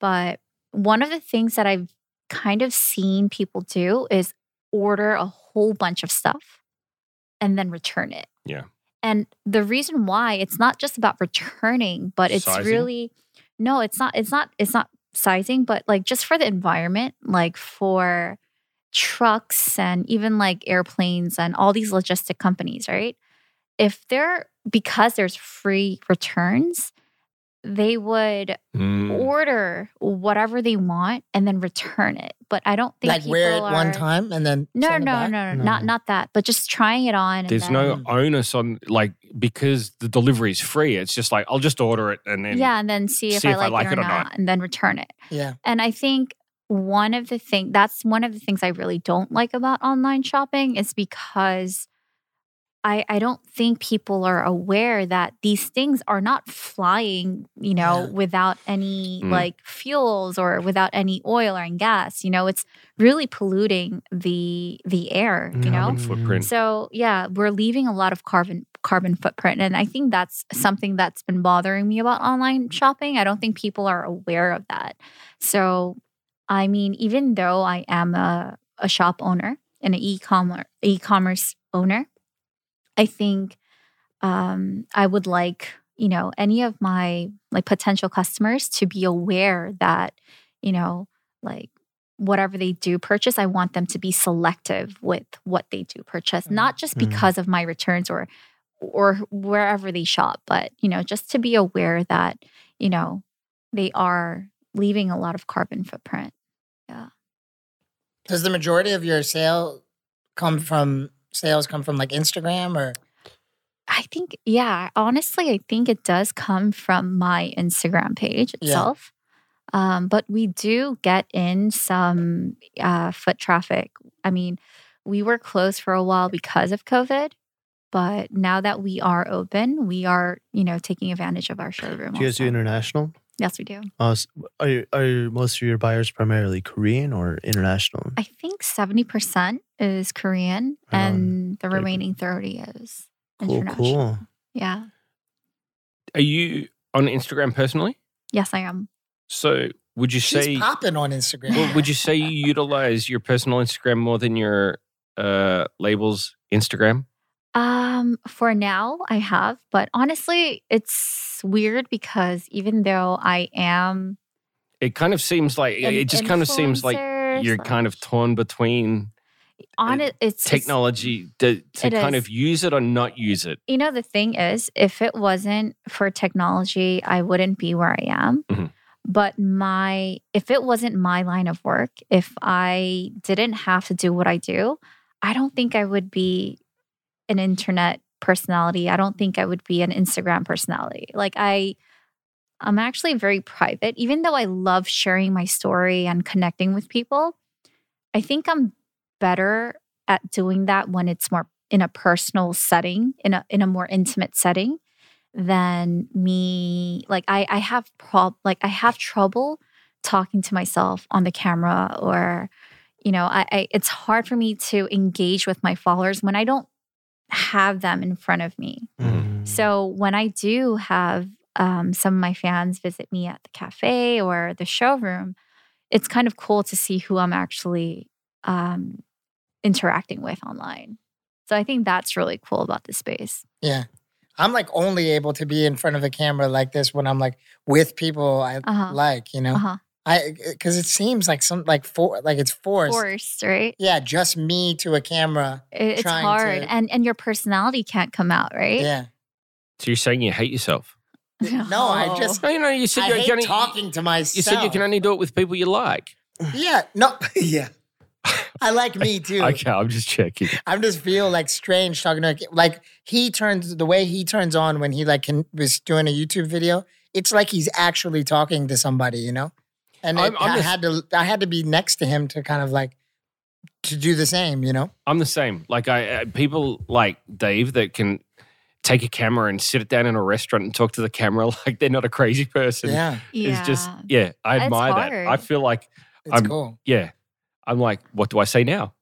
[SPEAKER 2] But one of the things that I've kind of seen people do is order a whole bunch of stuff and then return it.
[SPEAKER 3] Yeah.
[SPEAKER 2] And the reason why it's not just about returning, but it's
[SPEAKER 3] Sizing?
[SPEAKER 2] really no, it's not it's not it's not sizing, but like just for the environment, like for trucks and even like airplanes and all these logistic companies, right? If they're because there's free returns, they would
[SPEAKER 4] Mm.
[SPEAKER 2] Mm. order whatever they want and then return it. But I don't think
[SPEAKER 4] Like wear it
[SPEAKER 2] people
[SPEAKER 4] one
[SPEAKER 2] are-
[SPEAKER 4] time and then
[SPEAKER 2] No,
[SPEAKER 4] send it
[SPEAKER 2] no,
[SPEAKER 4] back?
[SPEAKER 2] no, no,
[SPEAKER 6] No.
[SPEAKER 2] not not that. But just trying it on. and
[SPEAKER 3] There's
[SPEAKER 2] then-
[SPEAKER 3] no onus on like because the delivery is free. It's just like I'll just order it and then
[SPEAKER 2] yeah, and then see if,
[SPEAKER 3] see
[SPEAKER 2] I, like it or, not, and then return it.
[SPEAKER 4] Yeah.
[SPEAKER 2] And I think one of the thing that's one of the things I really don't like about online shopping is because I I don't think people are aware that these things are not flying, you know,
[SPEAKER 4] Yeah.
[SPEAKER 2] without any
[SPEAKER 3] Mm.
[SPEAKER 2] like fuels or without any oil or and gas. You know, it's really polluting the the air, you know.
[SPEAKER 3] carbon footprint.
[SPEAKER 4] Mm.
[SPEAKER 2] So yeah, we're leaving a lot of carbon carbon footprint, and I think that's something that's been bothering me about online shopping. I don't think people are aware of that. So, I mean, even though I am a, a shop owner and an e-commerce e-commerce owner, I think um, I would like you know any of my like potential customers to be aware that you know like whatever they do purchase, I want them to be selective with what they do purchase,
[SPEAKER 4] Mhm.
[SPEAKER 2] not just
[SPEAKER 6] Mhm.
[SPEAKER 2] because of my returns or or wherever they shop, but you know, just to be aware that, you know, they are leaving a lot of carbon footprint.
[SPEAKER 4] Does the majority of your sale come from sales come from like Instagram or
[SPEAKER 2] I think, yeah, honestly, I think it does come from my Instagram page
[SPEAKER 4] Yeah.
[SPEAKER 2] itself. Um, but we do get in some uh, foot traffic. I mean, we were closed for a while because of COVID, but now that we are open, we are, you know, taking advantage of our showroom.
[SPEAKER 6] Do you guys do
[SPEAKER 2] also.
[SPEAKER 6] international?
[SPEAKER 2] yes, we do.
[SPEAKER 6] Uh, s- are, you- are most of your buyers primarily Korean or international?
[SPEAKER 2] I think 70% is Korean
[SPEAKER 6] Right on.
[SPEAKER 2] and the
[SPEAKER 6] Very good.
[SPEAKER 2] remaining 30 is
[SPEAKER 6] cool,
[SPEAKER 2] international.
[SPEAKER 6] cool.
[SPEAKER 2] Yeah.
[SPEAKER 3] Are you on Instagram personally?
[SPEAKER 2] Yes, I am.
[SPEAKER 3] So would you
[SPEAKER 4] she's
[SPEAKER 3] say
[SPEAKER 4] popping on Instagram?
[SPEAKER 3] Well, would you say you utilize your personal Instagram more than your uh, labels Instagram?
[SPEAKER 2] Um, for now, I have, but honestly, it's weird because even though I am,
[SPEAKER 3] It kind of seems like
[SPEAKER 2] An
[SPEAKER 3] it just kind of seems like
[SPEAKER 2] influencer
[SPEAKER 3] you're kind of uh, torn between
[SPEAKER 2] on it, it's it's-
[SPEAKER 3] technology to, to
[SPEAKER 2] it
[SPEAKER 3] kind
[SPEAKER 2] is.
[SPEAKER 3] of use it or not use it.
[SPEAKER 2] You know, the thing is, if it wasn't for technology, I wouldn't be where I am.
[SPEAKER 3] Mhm.
[SPEAKER 2] But my, if it wasn't my line of work, if I didn't have to do what I do, I don't think I would be an internet personality. I don't think I would be an Instagram personality. Like, I, I'm actually very private, even though I love sharing my story and connecting with people. I think I'm better at doing that when it's more in a personal setting, in a in a more intimate setting than me like I I have prob like I have trouble talking to myself on the camera or you know, I, I it's hard for me to engage with my followers when I don't have them in front of me.
[SPEAKER 6] Mm.
[SPEAKER 2] So when I do have um, some of my fans visit me at the cafe or the showroom, it's kind of cool to see who I'm actually um, interacting with online. So I think that's really cool about the space.
[SPEAKER 4] Yeah. I'm like only able to be in front of a camera like this when I'm like with people I
[SPEAKER 2] Uh-huh.
[SPEAKER 4] like, you know.
[SPEAKER 2] Uh-huh.
[SPEAKER 4] I because it seems like some like for like it's forced.
[SPEAKER 2] Forced, right?
[SPEAKER 4] Yeah, just me to a camera.
[SPEAKER 2] It- It's
[SPEAKER 4] trying
[SPEAKER 2] hard,
[SPEAKER 4] to-
[SPEAKER 2] and and your personality can't come out, right?
[SPEAKER 4] yeah.
[SPEAKER 3] So you're saying you hate yourself?
[SPEAKER 4] No, I just
[SPEAKER 3] No, Oh, you know, you said
[SPEAKER 4] I
[SPEAKER 3] you're
[SPEAKER 4] hate
[SPEAKER 3] gonna-
[SPEAKER 4] talking to myself.
[SPEAKER 3] You said you can only do it with people you like.
[SPEAKER 4] Yeah. No. yeah. I like me too.
[SPEAKER 3] Okay, I'm just checking.
[SPEAKER 4] I just feel like strange talking to like he turns the way he turns on when he like can, was doing a YouTube video. It's like he's actually talking to somebody, you know. And
[SPEAKER 3] I'm-
[SPEAKER 4] it-
[SPEAKER 3] I'm
[SPEAKER 4] I
[SPEAKER 3] just-
[SPEAKER 4] had to I had to be next to him to kind of like to do the same, you know.
[SPEAKER 3] I'm the same. Like I, uh, people like Dave that can take a camera and sit it down in a restaurant and talk to the camera like they're not a crazy person.
[SPEAKER 4] Yeah,
[SPEAKER 2] yeah.
[SPEAKER 3] It's just yeah, I
[SPEAKER 2] It's
[SPEAKER 3] admire that.
[SPEAKER 2] hard.
[SPEAKER 3] I feel like
[SPEAKER 4] it's
[SPEAKER 3] I'm-
[SPEAKER 4] cool.
[SPEAKER 3] yeah, I'm like, what do I say now?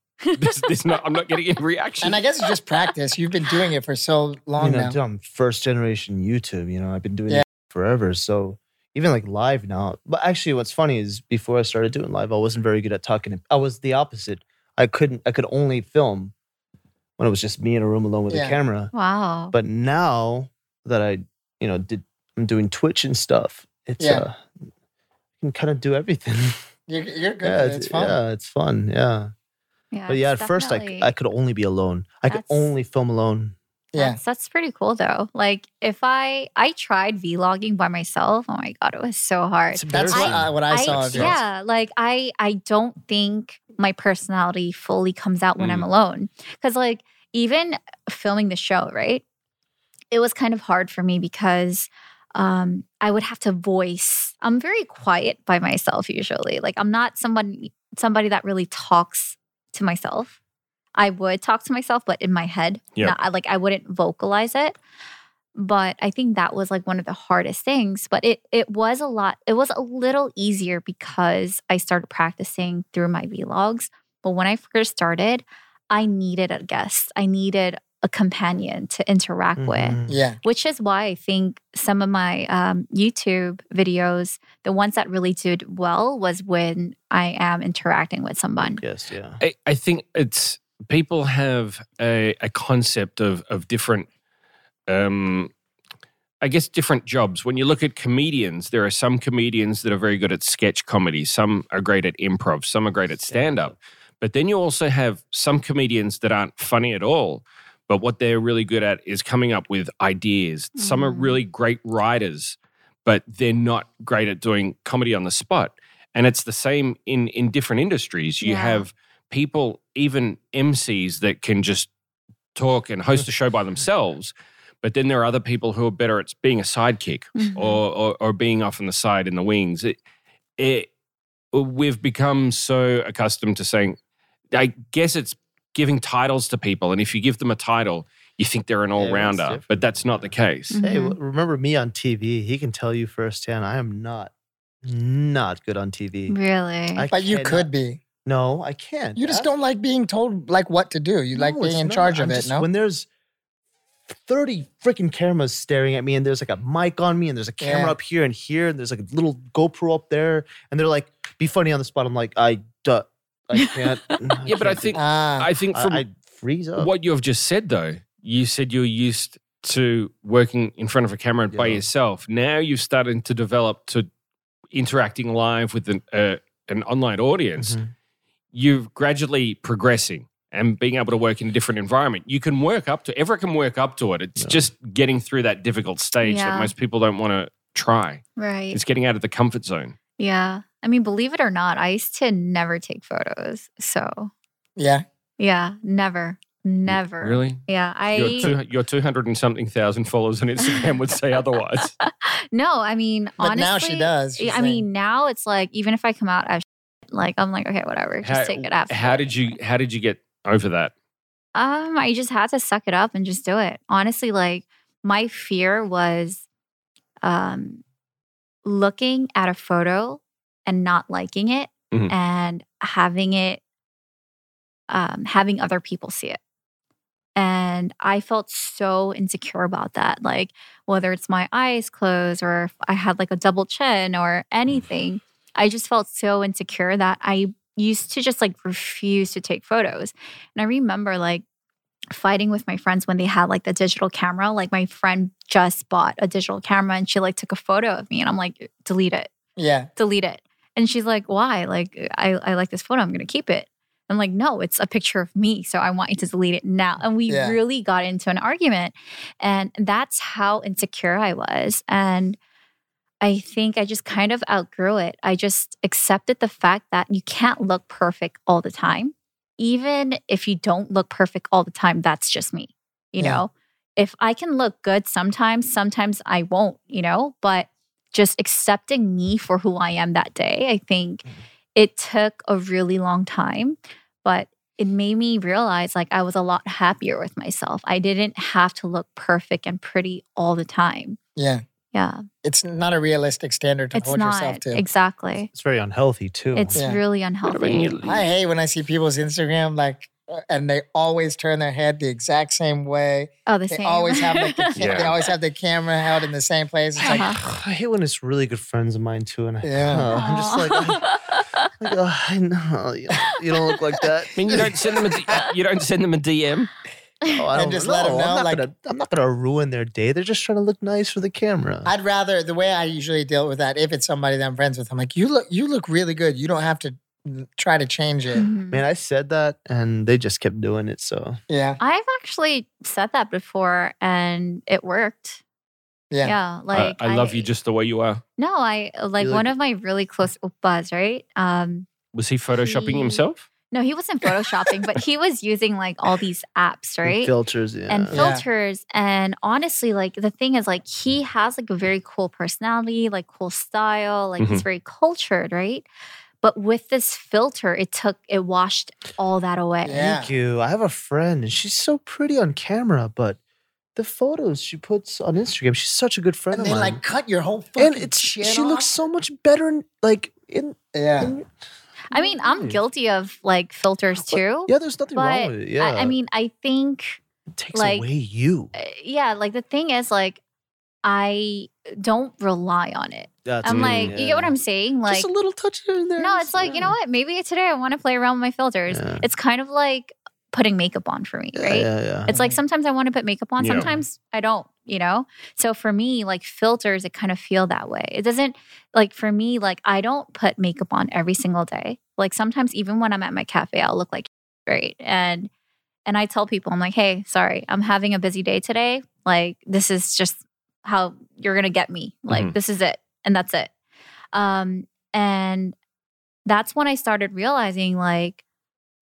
[SPEAKER 3] This, this not, I'm not getting any reaction.
[SPEAKER 4] And I guess it's just practice. You've been doing it for so
[SPEAKER 6] I
[SPEAKER 4] long
[SPEAKER 6] mean,
[SPEAKER 4] now.
[SPEAKER 6] I'm, I'm first generation YouTube. You know, I've been doing
[SPEAKER 4] Yeah.
[SPEAKER 6] it forever. So even like live now. But actually, what's funny is before I started doing live, I wasn't very good at talking. to- I was the opposite. I couldn't. I could only film when it was just me in a room alone with
[SPEAKER 4] Yeah.
[SPEAKER 6] a camera.
[SPEAKER 2] wow.
[SPEAKER 6] But now that I, you know, did I'm doing Twitch and stuff. It's
[SPEAKER 4] Yeah.
[SPEAKER 6] uh, I can kind of do everything.
[SPEAKER 4] You're, you're good.
[SPEAKER 6] yeah,
[SPEAKER 4] at it. It's fun.
[SPEAKER 6] Yeah, it's fun. Yeah.
[SPEAKER 2] yeah,
[SPEAKER 6] but yeah, at
[SPEAKER 2] it's
[SPEAKER 6] first I, c-
[SPEAKER 2] definitely-
[SPEAKER 6] I could only be alone. I could
[SPEAKER 2] That's-
[SPEAKER 6] only film alone.
[SPEAKER 4] Yeah.
[SPEAKER 2] That's, that's pretty cool though. Like if I I tried vlogging by myself, oh my god, it was so hard.
[SPEAKER 4] That's what I, what I saw. of yours.
[SPEAKER 2] yeah, like I I don't think my personality fully comes out when I'm
[SPEAKER 4] Mm.
[SPEAKER 2] alone cuz like even filming the show, right? It was kind of hard for me because um I would have to voice. I'm very quiet by myself usually. Like I'm not someone somebody that really talks to myself. I would talk to myself but in my head.
[SPEAKER 3] Yeah.
[SPEAKER 2] Not- I- like I wouldn't vocalize it but i think that was like one of the hardest things but it it was a lot it was a little easier because i started practicing through my vlogs but when i first started i needed a guest i needed a companion to interact with
[SPEAKER 6] Mhm.
[SPEAKER 4] Yeah.
[SPEAKER 2] which is why i think some of my um, youtube videos the ones that really did well was when i am interacting with someone
[SPEAKER 6] Yes. Yeah.
[SPEAKER 3] I, I think it's people have a, a concept of of different um I guess different jobs. When you look at comedians, there are some comedians that are very good at sketch comedy, some are great at improv, some are great at stand up. But then you also have some comedians that aren't funny at all, but what they're really good at is coming up with ideas. Some are
[SPEAKER 2] Mm.
[SPEAKER 3] really great writers, but they're not great at doing comedy on the spot. And it's the same in in different industries. You
[SPEAKER 2] Yeah.
[SPEAKER 3] have people, even MCs, that can just talk and host a show by themselves. But then there are other people who are better at being a sidekick
[SPEAKER 2] Mhm.
[SPEAKER 3] or, or or being off on the side in the wings. It, it we've become so accustomed to saying, I guess it's giving titles to people, and if you give them a title, you think they're an
[SPEAKER 6] Yeah,
[SPEAKER 3] all
[SPEAKER 6] it's
[SPEAKER 3] rounder,
[SPEAKER 6] different.
[SPEAKER 3] but that's not the case.
[SPEAKER 2] Mhm.
[SPEAKER 4] Mm-hmm.
[SPEAKER 6] Hey, w- remember me on TV? He can tell you firsthand. I am not, not good on TV.
[SPEAKER 2] really
[SPEAKER 6] I uh,
[SPEAKER 4] But you
[SPEAKER 6] cannot-
[SPEAKER 4] could be.
[SPEAKER 6] No, I can't.
[SPEAKER 4] You just
[SPEAKER 6] That's-
[SPEAKER 4] don't like being told like what to do. You like
[SPEAKER 6] No,
[SPEAKER 4] being
[SPEAKER 6] it's
[SPEAKER 4] in
[SPEAKER 6] not.
[SPEAKER 4] charge of
[SPEAKER 6] I'm
[SPEAKER 4] it.
[SPEAKER 6] just-
[SPEAKER 4] no.
[SPEAKER 6] When there's thirty freaking cameras staring at me, and there's like a mic on me, and there's a camera
[SPEAKER 4] Yeah.
[SPEAKER 6] up here and here, and there's like a little GoPro up there, and they're like, "Be funny on the spot." I'm like, I duh, I can't.
[SPEAKER 3] yeah, but I think
[SPEAKER 4] Ah,
[SPEAKER 3] I think from
[SPEAKER 6] I freeze up.
[SPEAKER 3] what you've just said though, you said you're used to working in front of a camera by
[SPEAKER 6] Yeah.
[SPEAKER 3] yourself. Now you've started to develop to interacting live with an uh, an online audience.
[SPEAKER 6] Mhm.
[SPEAKER 3] You're gradually progressing and being able to work in a different environment. You can work up to everyone can work up to it. It's just getting through that difficult stage
[SPEAKER 2] Yeah.
[SPEAKER 3] that most people don't want to try.
[SPEAKER 2] Right.
[SPEAKER 3] It's getting out of the comfort zone.
[SPEAKER 2] Yeah. I mean, believe it or not, I used to never take photos. So,
[SPEAKER 4] Yeah.
[SPEAKER 2] yeah, never, never.
[SPEAKER 3] Really?
[SPEAKER 2] Yeah. I,
[SPEAKER 3] Your, two, your 200 and something thousand followers on Instagram would say otherwise.
[SPEAKER 2] no, I mean,
[SPEAKER 4] But
[SPEAKER 2] honestly.
[SPEAKER 4] now she does.
[SPEAKER 2] yeah,
[SPEAKER 4] She's
[SPEAKER 2] I mean, now it's like, even if I come out as shit, like, I'm like, okay, whatever, just
[SPEAKER 3] How-
[SPEAKER 2] take it after.
[SPEAKER 3] How did you how did you get over that?
[SPEAKER 2] Um, I just had to suck it up and just do it. Honestly, like my fear was um looking at a photo and not liking it
[SPEAKER 3] Mhm.
[SPEAKER 2] and having it um having other people see it. And I felt so insecure about that. Like whether it's my eyes closed or if I had like a double chin or anything, I just felt so insecure that I used to just like refuse to take photos. And I remember like fighting with my friends when they had like the digital camera. Like my friend just bought a digital camera and she like took a photo of me and I'm like, delete it,
[SPEAKER 4] Yeah.
[SPEAKER 2] delete it. And she's like, why? Like, I, I like this photo. I'm going to keep it. I'm like, no, it's a picture of me. So I want you to delete it now. And we
[SPEAKER 4] Yeah.
[SPEAKER 2] really got into an argument. And that's how insecure I was. And I think I just kind of outgrew it. I just accepted the fact that you can't look perfect all the time. Even if you don't look perfect all the time, that's just me. You
[SPEAKER 4] Yeah.
[SPEAKER 2] know, if I can look good sometimes, sometimes I won't, you know, but just accepting me for who I am that day, I think it took a really long time, but it made me realize like I was a lot happier with myself. I didn't have to look perfect and pretty all the time.
[SPEAKER 4] Yeah.
[SPEAKER 2] Yeah,
[SPEAKER 4] It's not a realistic standard to
[SPEAKER 2] it's
[SPEAKER 4] hold yourself
[SPEAKER 2] not
[SPEAKER 4] to.
[SPEAKER 2] exactly.
[SPEAKER 6] It's very unhealthy too.
[SPEAKER 2] It's
[SPEAKER 4] Yeah.
[SPEAKER 2] really
[SPEAKER 3] I mean,
[SPEAKER 2] unhealthy.
[SPEAKER 3] you-
[SPEAKER 4] I hate when I see people's Instagram like, uh, and they always turn their head the exact same way.
[SPEAKER 2] Oh, the
[SPEAKER 4] They
[SPEAKER 2] same.
[SPEAKER 4] always have like the,
[SPEAKER 3] Yeah.
[SPEAKER 4] they always have the camera held in the same place. It's like,
[SPEAKER 2] Uh-huh.
[SPEAKER 6] I hate when it's really good friends of mine too, and I,
[SPEAKER 4] Yeah.
[SPEAKER 6] oh, I'm just like, I, like, oh, I know you, you don't look like that.
[SPEAKER 3] I mean, you don't send them a D- you don't send them a DM.
[SPEAKER 6] Oh, I
[SPEAKER 4] And
[SPEAKER 6] don't
[SPEAKER 4] just let 'em
[SPEAKER 6] know.
[SPEAKER 4] know,
[SPEAKER 6] I'm not,
[SPEAKER 4] like-
[SPEAKER 6] gonna, I'm not gonna ruin their day. They're just trying to look nice for the camera.
[SPEAKER 4] I'd rather the way I usually deal with that. If it's somebody that I'm friends with, I'm like, you look, you look really good. You don't have to mm, try to change it.
[SPEAKER 2] Mhm.
[SPEAKER 6] Man, I said that, and they just kept doing it. So
[SPEAKER 4] Yeah,
[SPEAKER 2] I've actually said that before and it worked.
[SPEAKER 4] yeah,
[SPEAKER 2] Yeah, like
[SPEAKER 3] I, I love you just the way you are.
[SPEAKER 2] No, I like
[SPEAKER 6] You
[SPEAKER 2] one
[SPEAKER 6] like-
[SPEAKER 2] of my really close uppas, right? Um
[SPEAKER 3] Was he photoshopping
[SPEAKER 2] He-
[SPEAKER 3] himself?
[SPEAKER 2] no, he wasn't photoshopping, but he was using like all these apps,
[SPEAKER 6] and
[SPEAKER 2] right?
[SPEAKER 6] filters, yeah.
[SPEAKER 2] and
[SPEAKER 4] Yeah.
[SPEAKER 2] filters and honestly like the thing is like he has like a very cool personality like cool style like
[SPEAKER 6] Mm-hmm.
[SPEAKER 2] he's very cultured right but with this filter it took it washed all that away
[SPEAKER 4] yeah.
[SPEAKER 6] Thank you. I have a friend, and she's so pretty on camera, but the photos she puts on Instagram, she's such a good friend
[SPEAKER 4] And
[SPEAKER 6] of
[SPEAKER 4] they
[SPEAKER 6] mine.
[SPEAKER 4] like cut your whole fucking
[SPEAKER 6] and it's
[SPEAKER 4] shit
[SPEAKER 6] she
[SPEAKER 4] off.
[SPEAKER 6] looks so much better, in, like in.
[SPEAKER 4] yeah.
[SPEAKER 6] in-
[SPEAKER 2] i mean i'm
[SPEAKER 6] Nice.
[SPEAKER 2] guilty of like filters
[SPEAKER 6] But-
[SPEAKER 2] too
[SPEAKER 6] Yeah, there's nothing
[SPEAKER 2] but
[SPEAKER 6] wrong with it. Yeah,
[SPEAKER 2] I, I mean i think
[SPEAKER 6] it takes
[SPEAKER 2] like-
[SPEAKER 6] away you.
[SPEAKER 2] uh, yeah like the thing is like i don't rely on it
[SPEAKER 6] That's
[SPEAKER 2] i'm
[SPEAKER 6] it,
[SPEAKER 2] like you get what
[SPEAKER 6] yeah.
[SPEAKER 2] i'm saying like
[SPEAKER 6] just a little touch here and there.
[SPEAKER 2] No, it's like, you know what? Maybe today I want to play around with my filters.
[SPEAKER 6] Yeah.
[SPEAKER 2] It's kind of like putting makeup on for me,
[SPEAKER 6] Yeah,
[SPEAKER 2] right?
[SPEAKER 6] Yeah, yeah.
[SPEAKER 2] It's like sometimes I want to put makeup on,
[SPEAKER 3] Yeah.
[SPEAKER 2] sometimes I don't, you know? So for me, like filters, it kind of feel that way. It doesn't, like for me, like I don't put makeup on every single day. Like sometimes even when I'm at my cafe, I'll look like great. And, and I tell people, I'm like, hey, sorry, I'm having a busy day today. Like this is just how you're going to get me. Like
[SPEAKER 3] Mhm.
[SPEAKER 2] this is it. And that's it. Um, and that's when I started realizing like,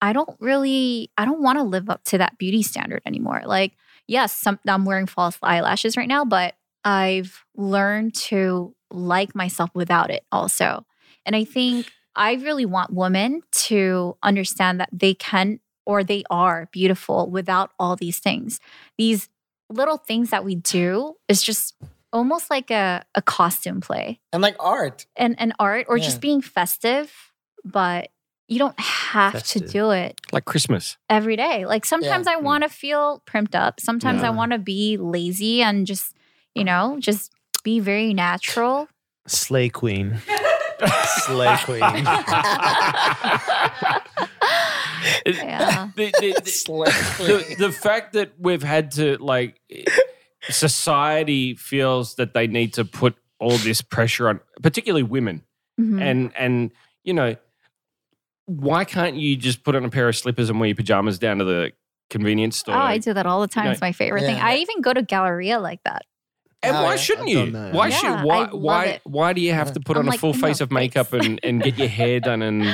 [SPEAKER 2] I don't really, I don't want to live up to that beauty standard anymore. Like, yes, some, I'm wearing false eyelashes right now, but I've learned to like myself without it also. And I think I really want women to understand that they can or they are beautiful without all these things. These little things that we do is just almost like a, a costume play
[SPEAKER 4] and like art.
[SPEAKER 2] and, and art or
[SPEAKER 4] Yeah.
[SPEAKER 2] just being festive, but you don't have to
[SPEAKER 6] Festive.
[SPEAKER 2] do it
[SPEAKER 3] Like Christmas.
[SPEAKER 2] every day. Like sometimes I want to feel primped up. Sometimes I
[SPEAKER 6] Yeah.
[SPEAKER 2] want to be lazy and just, you know, just be very natural.
[SPEAKER 6] Slay Queen. Slay Queen.
[SPEAKER 2] Yeah.
[SPEAKER 3] the, the, the, the fact that we've had to like society feels that they need to put all this pressure on particularly women
[SPEAKER 2] Mhm.
[SPEAKER 3] and and you know why can't you just put on a pair of slippers and wear your pajamas down to the convenience
[SPEAKER 2] Oh,
[SPEAKER 3] store
[SPEAKER 2] I do that all the time.
[SPEAKER 3] No.
[SPEAKER 2] It's my favorite thing.
[SPEAKER 3] Yeah.
[SPEAKER 2] I even go to Galleria like that.
[SPEAKER 3] and
[SPEAKER 4] Oh,
[SPEAKER 3] why
[SPEAKER 4] yeah,
[SPEAKER 3] shouldn't
[SPEAKER 6] I've
[SPEAKER 3] you
[SPEAKER 6] done that,
[SPEAKER 3] why
[SPEAKER 2] yeah.
[SPEAKER 3] should
[SPEAKER 2] Yeah, I
[SPEAKER 3] why
[SPEAKER 2] love
[SPEAKER 3] why
[SPEAKER 2] it.
[SPEAKER 3] why do you have to put
[SPEAKER 2] I'm
[SPEAKER 3] on
[SPEAKER 2] like,
[SPEAKER 3] a full
[SPEAKER 2] in
[SPEAKER 3] face
[SPEAKER 2] the
[SPEAKER 3] of makeup and and get your hair done and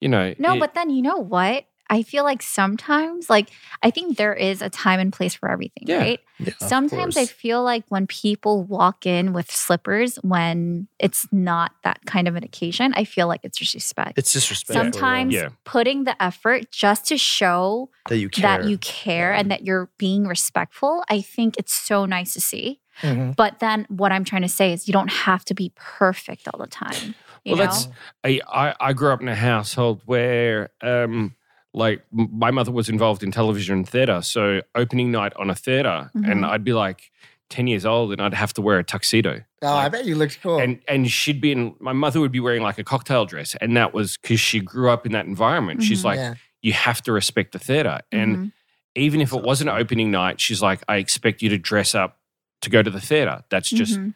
[SPEAKER 3] you know
[SPEAKER 2] No,
[SPEAKER 3] it-
[SPEAKER 2] but then you know what? I feel like sometimes, like, I think there is a time and place for everything,
[SPEAKER 3] Yeah.
[SPEAKER 2] right? Sometimes I feel like when people walk in with slippers when it's not that kind of an occasion, I feel like it's disrespect.
[SPEAKER 6] It's disrespectful. yeah.
[SPEAKER 2] Sometimes
[SPEAKER 3] Yeah.
[SPEAKER 2] putting the effort just to show
[SPEAKER 6] that you care.
[SPEAKER 2] that you care and that you're being respectful, I think it's so nice to see.
[SPEAKER 3] Mm-hmm.
[SPEAKER 4] Mhm.
[SPEAKER 2] But then what I'm trying to say is you don't have to be perfect all the time. You
[SPEAKER 3] Well, that's
[SPEAKER 2] know?
[SPEAKER 3] I, I I grew up in a household where um like m- my mother was involved in television theater, so opening night on a theater, and
[SPEAKER 2] Mhm.
[SPEAKER 3] I'd be like ten years old, and I'd have to wear a tuxedo,
[SPEAKER 4] Oh, I bet you looked cool.
[SPEAKER 3] and and she'd be in my mother would be wearing like a cocktail dress, and that was because she grew up in that environment. She's
[SPEAKER 2] Mhm.
[SPEAKER 3] like,
[SPEAKER 4] yeah.
[SPEAKER 3] you have to respect the theater, and
[SPEAKER 2] Mhm.
[SPEAKER 3] even if it wasn't opening night, she's like, I expect you to dress up to go to the theater. That's just
[SPEAKER 2] Mhm.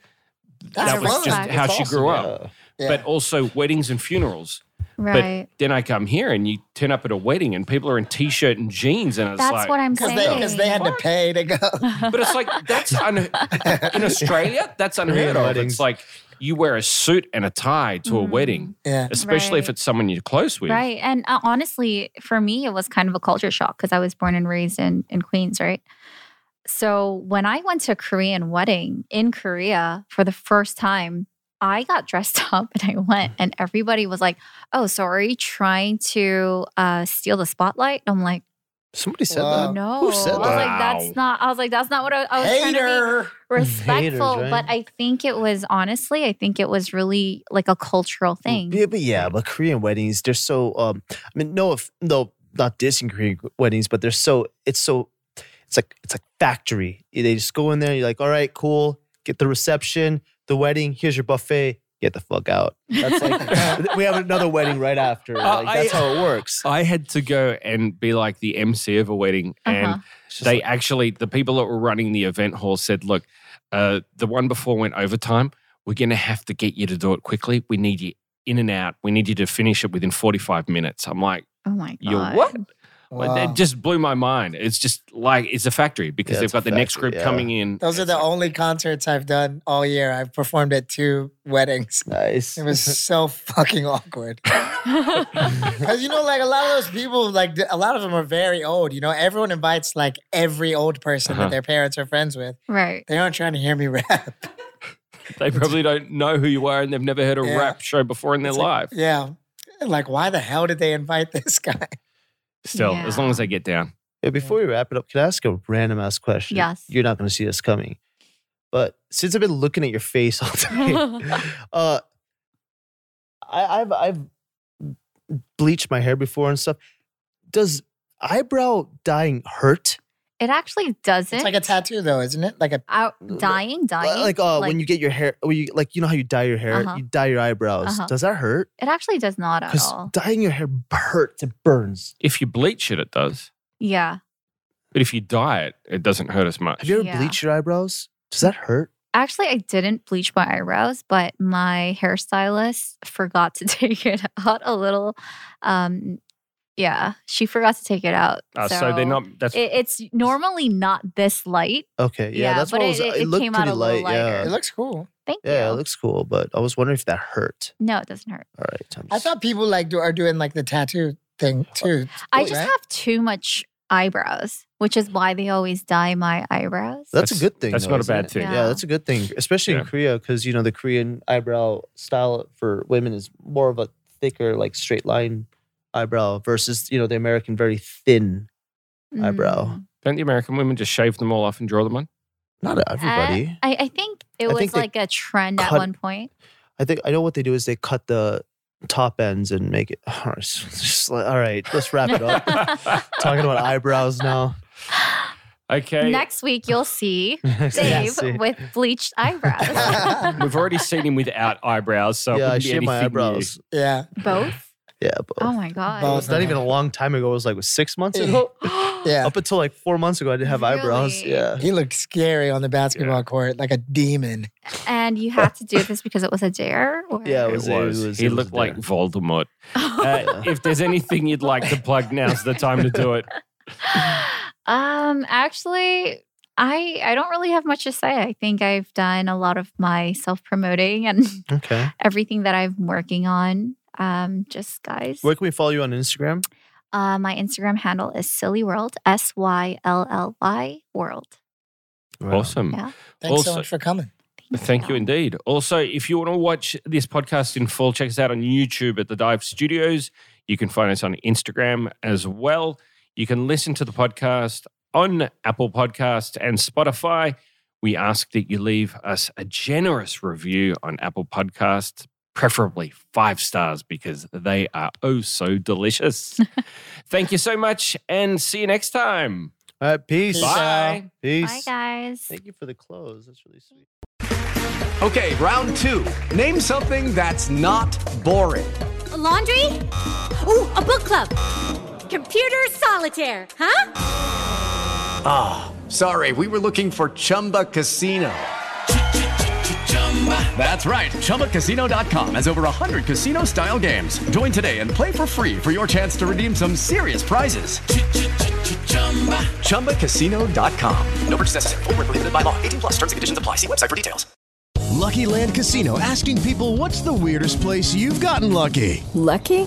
[SPEAKER 4] That's
[SPEAKER 3] that was
[SPEAKER 4] fun.
[SPEAKER 3] just
[SPEAKER 4] That's
[SPEAKER 3] how she
[SPEAKER 4] awesome.
[SPEAKER 3] grew up.
[SPEAKER 4] Yeah.
[SPEAKER 3] But also weddings and funerals.
[SPEAKER 2] right.
[SPEAKER 3] But then I come here and you turn up at a wedding and people are in t-shirt and jeans and it's
[SPEAKER 2] That's
[SPEAKER 3] like
[SPEAKER 2] what I'm
[SPEAKER 4] because
[SPEAKER 2] saying.
[SPEAKER 4] they, 'cause they had to pay to go.
[SPEAKER 3] But it's like that's un- in Australia that's unheard of.
[SPEAKER 6] weddings.
[SPEAKER 3] It's like you wear a suit and a tie to a
[SPEAKER 2] Mm.
[SPEAKER 3] wedding,
[SPEAKER 4] yeah.
[SPEAKER 3] especially if
[SPEAKER 2] Right.
[SPEAKER 3] it's someone you're close with.
[SPEAKER 2] Right. And uh, honestly, for me, it was kind of a culture shock because I was born and raised in, in Queens, right? So when I went to a Korean wedding in Korea for the first time, I got dressed up and I went, and everybody was like, oh, sorry, trying to uh, steal the spotlight. I'm like,
[SPEAKER 6] Somebody said
[SPEAKER 4] Wow.
[SPEAKER 6] that.
[SPEAKER 2] no.
[SPEAKER 6] Who said
[SPEAKER 2] I was like,
[SPEAKER 3] that?
[SPEAKER 2] that's not, I was like, that's not what I, I was trying to be
[SPEAKER 4] Hater.
[SPEAKER 2] respectful,
[SPEAKER 6] Haters,
[SPEAKER 2] but I think it was honestly, I think it was really like a cultural thing.
[SPEAKER 6] Mm, Yeah, but yeah, but Korean weddings, they're so um I mean, no if no not dissing Korean weddings, but they're so it's so it's like it's like factory. They just go in there, you're like, all right, cool, get the reception, the wedding, here's your buffet, get the fuck out. That's like we have another wedding right after.
[SPEAKER 3] Uh,
[SPEAKER 6] Like, that's
[SPEAKER 3] I-
[SPEAKER 6] how it works.
[SPEAKER 3] I had to go and be like the MC of a wedding and
[SPEAKER 2] Uh-huh.
[SPEAKER 6] It's just
[SPEAKER 3] they
[SPEAKER 6] like-
[SPEAKER 3] actually the people that were running the event hall said look uh, the one before went overtime we're going to have to get you to do it quickly we need you in and out we need you to finish it within 45 minutes i'm like
[SPEAKER 2] Oh my God.
[SPEAKER 3] you what
[SPEAKER 4] Wow.
[SPEAKER 3] Like, that just blew my mind it's just like it's a factory because
[SPEAKER 6] Yeah,
[SPEAKER 3] they've
[SPEAKER 6] it's a
[SPEAKER 3] got the next
[SPEAKER 6] factory,
[SPEAKER 3] group
[SPEAKER 6] yeah.
[SPEAKER 3] coming in
[SPEAKER 4] Those are the only concerts I've done all year. I've performed at two weddings.
[SPEAKER 6] nice.
[SPEAKER 4] It was so fucking awkward. Because you know, like a lot of those people, like th- a lot of them are very old. You know, everyone invites like every old person
[SPEAKER 3] Uh-huh.
[SPEAKER 4] that their parents are friends with.
[SPEAKER 2] Right.
[SPEAKER 4] They aren't trying to hear me rap.
[SPEAKER 3] they probably don't know who you are and they've never heard a
[SPEAKER 4] Yeah.
[SPEAKER 3] rap show before in their
[SPEAKER 4] It's
[SPEAKER 3] life
[SPEAKER 4] yeah. Like, why the hell did they invite this guy?
[SPEAKER 3] still as long as they get down
[SPEAKER 6] Hey, before we wrap it up, can I ask a random ass question?
[SPEAKER 2] Yes.
[SPEAKER 6] You're not going to see this coming. But since I've been looking at your face all day, uh, I, I've, I've bleached my hair before and stuff. Does eyebrow dyeing hurt?
[SPEAKER 2] It actually doesn't.
[SPEAKER 4] It's like a tattoo, though, isn't it? Like a
[SPEAKER 2] out dying, dying.
[SPEAKER 6] uh, Like, uh, when you get your hair, when you, like, you know how you dye your hair?
[SPEAKER 2] Uh-huh.
[SPEAKER 6] You dye your eyebrows.
[SPEAKER 2] Uh-huh.
[SPEAKER 6] Does that hurt?
[SPEAKER 2] it actually does not at all.
[SPEAKER 6] dyeing your hair hurts. It burns.
[SPEAKER 3] if you bleach it it does
[SPEAKER 2] yeah,
[SPEAKER 3] but if you dye it it doesn't hurt as much
[SPEAKER 6] Have you ever
[SPEAKER 2] Yeah.
[SPEAKER 6] bleached your eyebrows? Does that hurt?
[SPEAKER 2] actually, I didn't bleach my eyebrows, but my hairstylist forgot to take it out a little. Um, yeah, she forgot to take it out.
[SPEAKER 3] Uh, so, they're not that's
[SPEAKER 2] It, it's normally not this light.
[SPEAKER 6] Okay. Yeah,
[SPEAKER 2] Yeah,
[SPEAKER 6] that's
[SPEAKER 2] but
[SPEAKER 6] what
[SPEAKER 2] it-
[SPEAKER 6] I was.
[SPEAKER 2] it-
[SPEAKER 6] It,
[SPEAKER 2] it
[SPEAKER 6] looked
[SPEAKER 2] came out
[SPEAKER 6] pretty
[SPEAKER 2] a
[SPEAKER 6] light.
[SPEAKER 2] little
[SPEAKER 6] Yeah.
[SPEAKER 2] lighter.
[SPEAKER 4] it looks cool.
[SPEAKER 2] Thank
[SPEAKER 6] Yeah, it
[SPEAKER 2] you.
[SPEAKER 6] looks cool, but I was wondering if that hurt.
[SPEAKER 2] no, it doesn't hurt.
[SPEAKER 6] All right, I'm
[SPEAKER 4] I
[SPEAKER 6] just-
[SPEAKER 4] thought people like do, are doing like the tattoo thing too.
[SPEAKER 2] I
[SPEAKER 4] right?
[SPEAKER 2] just have too much eyebrows, which is why they always dye my eyebrows.
[SPEAKER 3] That's-
[SPEAKER 6] that's, a good thing.
[SPEAKER 3] that's
[SPEAKER 6] though,
[SPEAKER 3] not a
[SPEAKER 6] isn't
[SPEAKER 3] bad
[SPEAKER 6] it?
[SPEAKER 3] thing.
[SPEAKER 6] Yeah.
[SPEAKER 2] Yeah.
[SPEAKER 6] that's a good thing, especially
[SPEAKER 3] Yeah.
[SPEAKER 6] in Korea, because you know the Korean eyebrow style for women is more of a thicker, like straight line eyebrow versus you know the American very thin eyebrow.
[SPEAKER 2] Mm.
[SPEAKER 3] don't the american women just shave them all off and draw them on
[SPEAKER 6] Not everybody.
[SPEAKER 2] I, I think it
[SPEAKER 6] I
[SPEAKER 2] was
[SPEAKER 6] think they
[SPEAKER 2] like a trend at
[SPEAKER 6] cut-
[SPEAKER 2] one point.
[SPEAKER 6] I think I know what they do is they cut the top ends and make it. All right, just like- all right, let's wrap it up. Talking about eyebrows now.
[SPEAKER 3] okay
[SPEAKER 2] Next week, you'll see
[SPEAKER 6] Yeah,
[SPEAKER 2] Dave
[SPEAKER 6] see.
[SPEAKER 2] with bleached eyebrows.
[SPEAKER 3] We've already seen him without eyebrows, so it
[SPEAKER 6] yeah, I
[SPEAKER 3] wouldn't be
[SPEAKER 6] shave my
[SPEAKER 3] anything new.
[SPEAKER 6] eyebrows.
[SPEAKER 4] Yeah.
[SPEAKER 2] Both?
[SPEAKER 6] Yeah, both.
[SPEAKER 2] Oh my god.
[SPEAKER 6] Well, it's not even a long time ago. It was like was six months ago.
[SPEAKER 4] yeah.
[SPEAKER 6] Up until like four months ago, I didn't have eyebrows. Yeah.
[SPEAKER 4] He looked scary on the basketball court, like a demon.
[SPEAKER 2] And you had to do this because it was a dare. Or?
[SPEAKER 6] Yeah, it
[SPEAKER 3] It
[SPEAKER 6] was.
[SPEAKER 3] was.
[SPEAKER 6] It was, it was
[SPEAKER 3] he looked like Voldemort. Uh, if there's anything you'd like to plug, now's the time to do it.
[SPEAKER 2] Um, actually, I I don't really have much to say. I think I've done a lot of my self promoting and
[SPEAKER 6] Okay.
[SPEAKER 2] everything that I'm working on. Um, just guys,
[SPEAKER 6] Where can we follow you on Instagram?
[SPEAKER 2] uh, my Instagram handle is silly world s y l l y world.
[SPEAKER 3] Awesome.
[SPEAKER 2] Yeah.
[SPEAKER 4] Thanks so
[SPEAKER 3] Also-
[SPEAKER 4] much for coming.
[SPEAKER 3] Thank you indeed. Also, if you want to watch this podcast in full, check us out on YouTube at The Dive Studios. You can find us on Instagram as well. You can listen to the podcast on Apple Podcasts and Spotify. We ask that you leave us a generous review on Apple Podcasts, preferably five stars, because they are oh so delicious. Thank you so much and see you next time.
[SPEAKER 6] All right. Peace.
[SPEAKER 4] Peace out.
[SPEAKER 3] Bye.
[SPEAKER 6] Peace.
[SPEAKER 2] Bye guys.
[SPEAKER 6] Thank you for the clothes. That's really sweet.
[SPEAKER 10] Okay, round two. Name something that's not boring.
[SPEAKER 11] A laundry? Ooh, a book club. Computer solitaire, huh?
[SPEAKER 10] Sorry, we were looking for Chumba Casino. That's right, ChumbaCasino.com has over 100 casino style games. Join today and play for free for your chance to redeem some serious prizes. ChumbaCasino.com. No purchase necessary, forward prohibited by law, 18 plus terms and conditions apply. See website for details.
[SPEAKER 7] Lucky Land Casino asking people what's the weirdest place you've gotten lucky?
[SPEAKER 12] Lucky?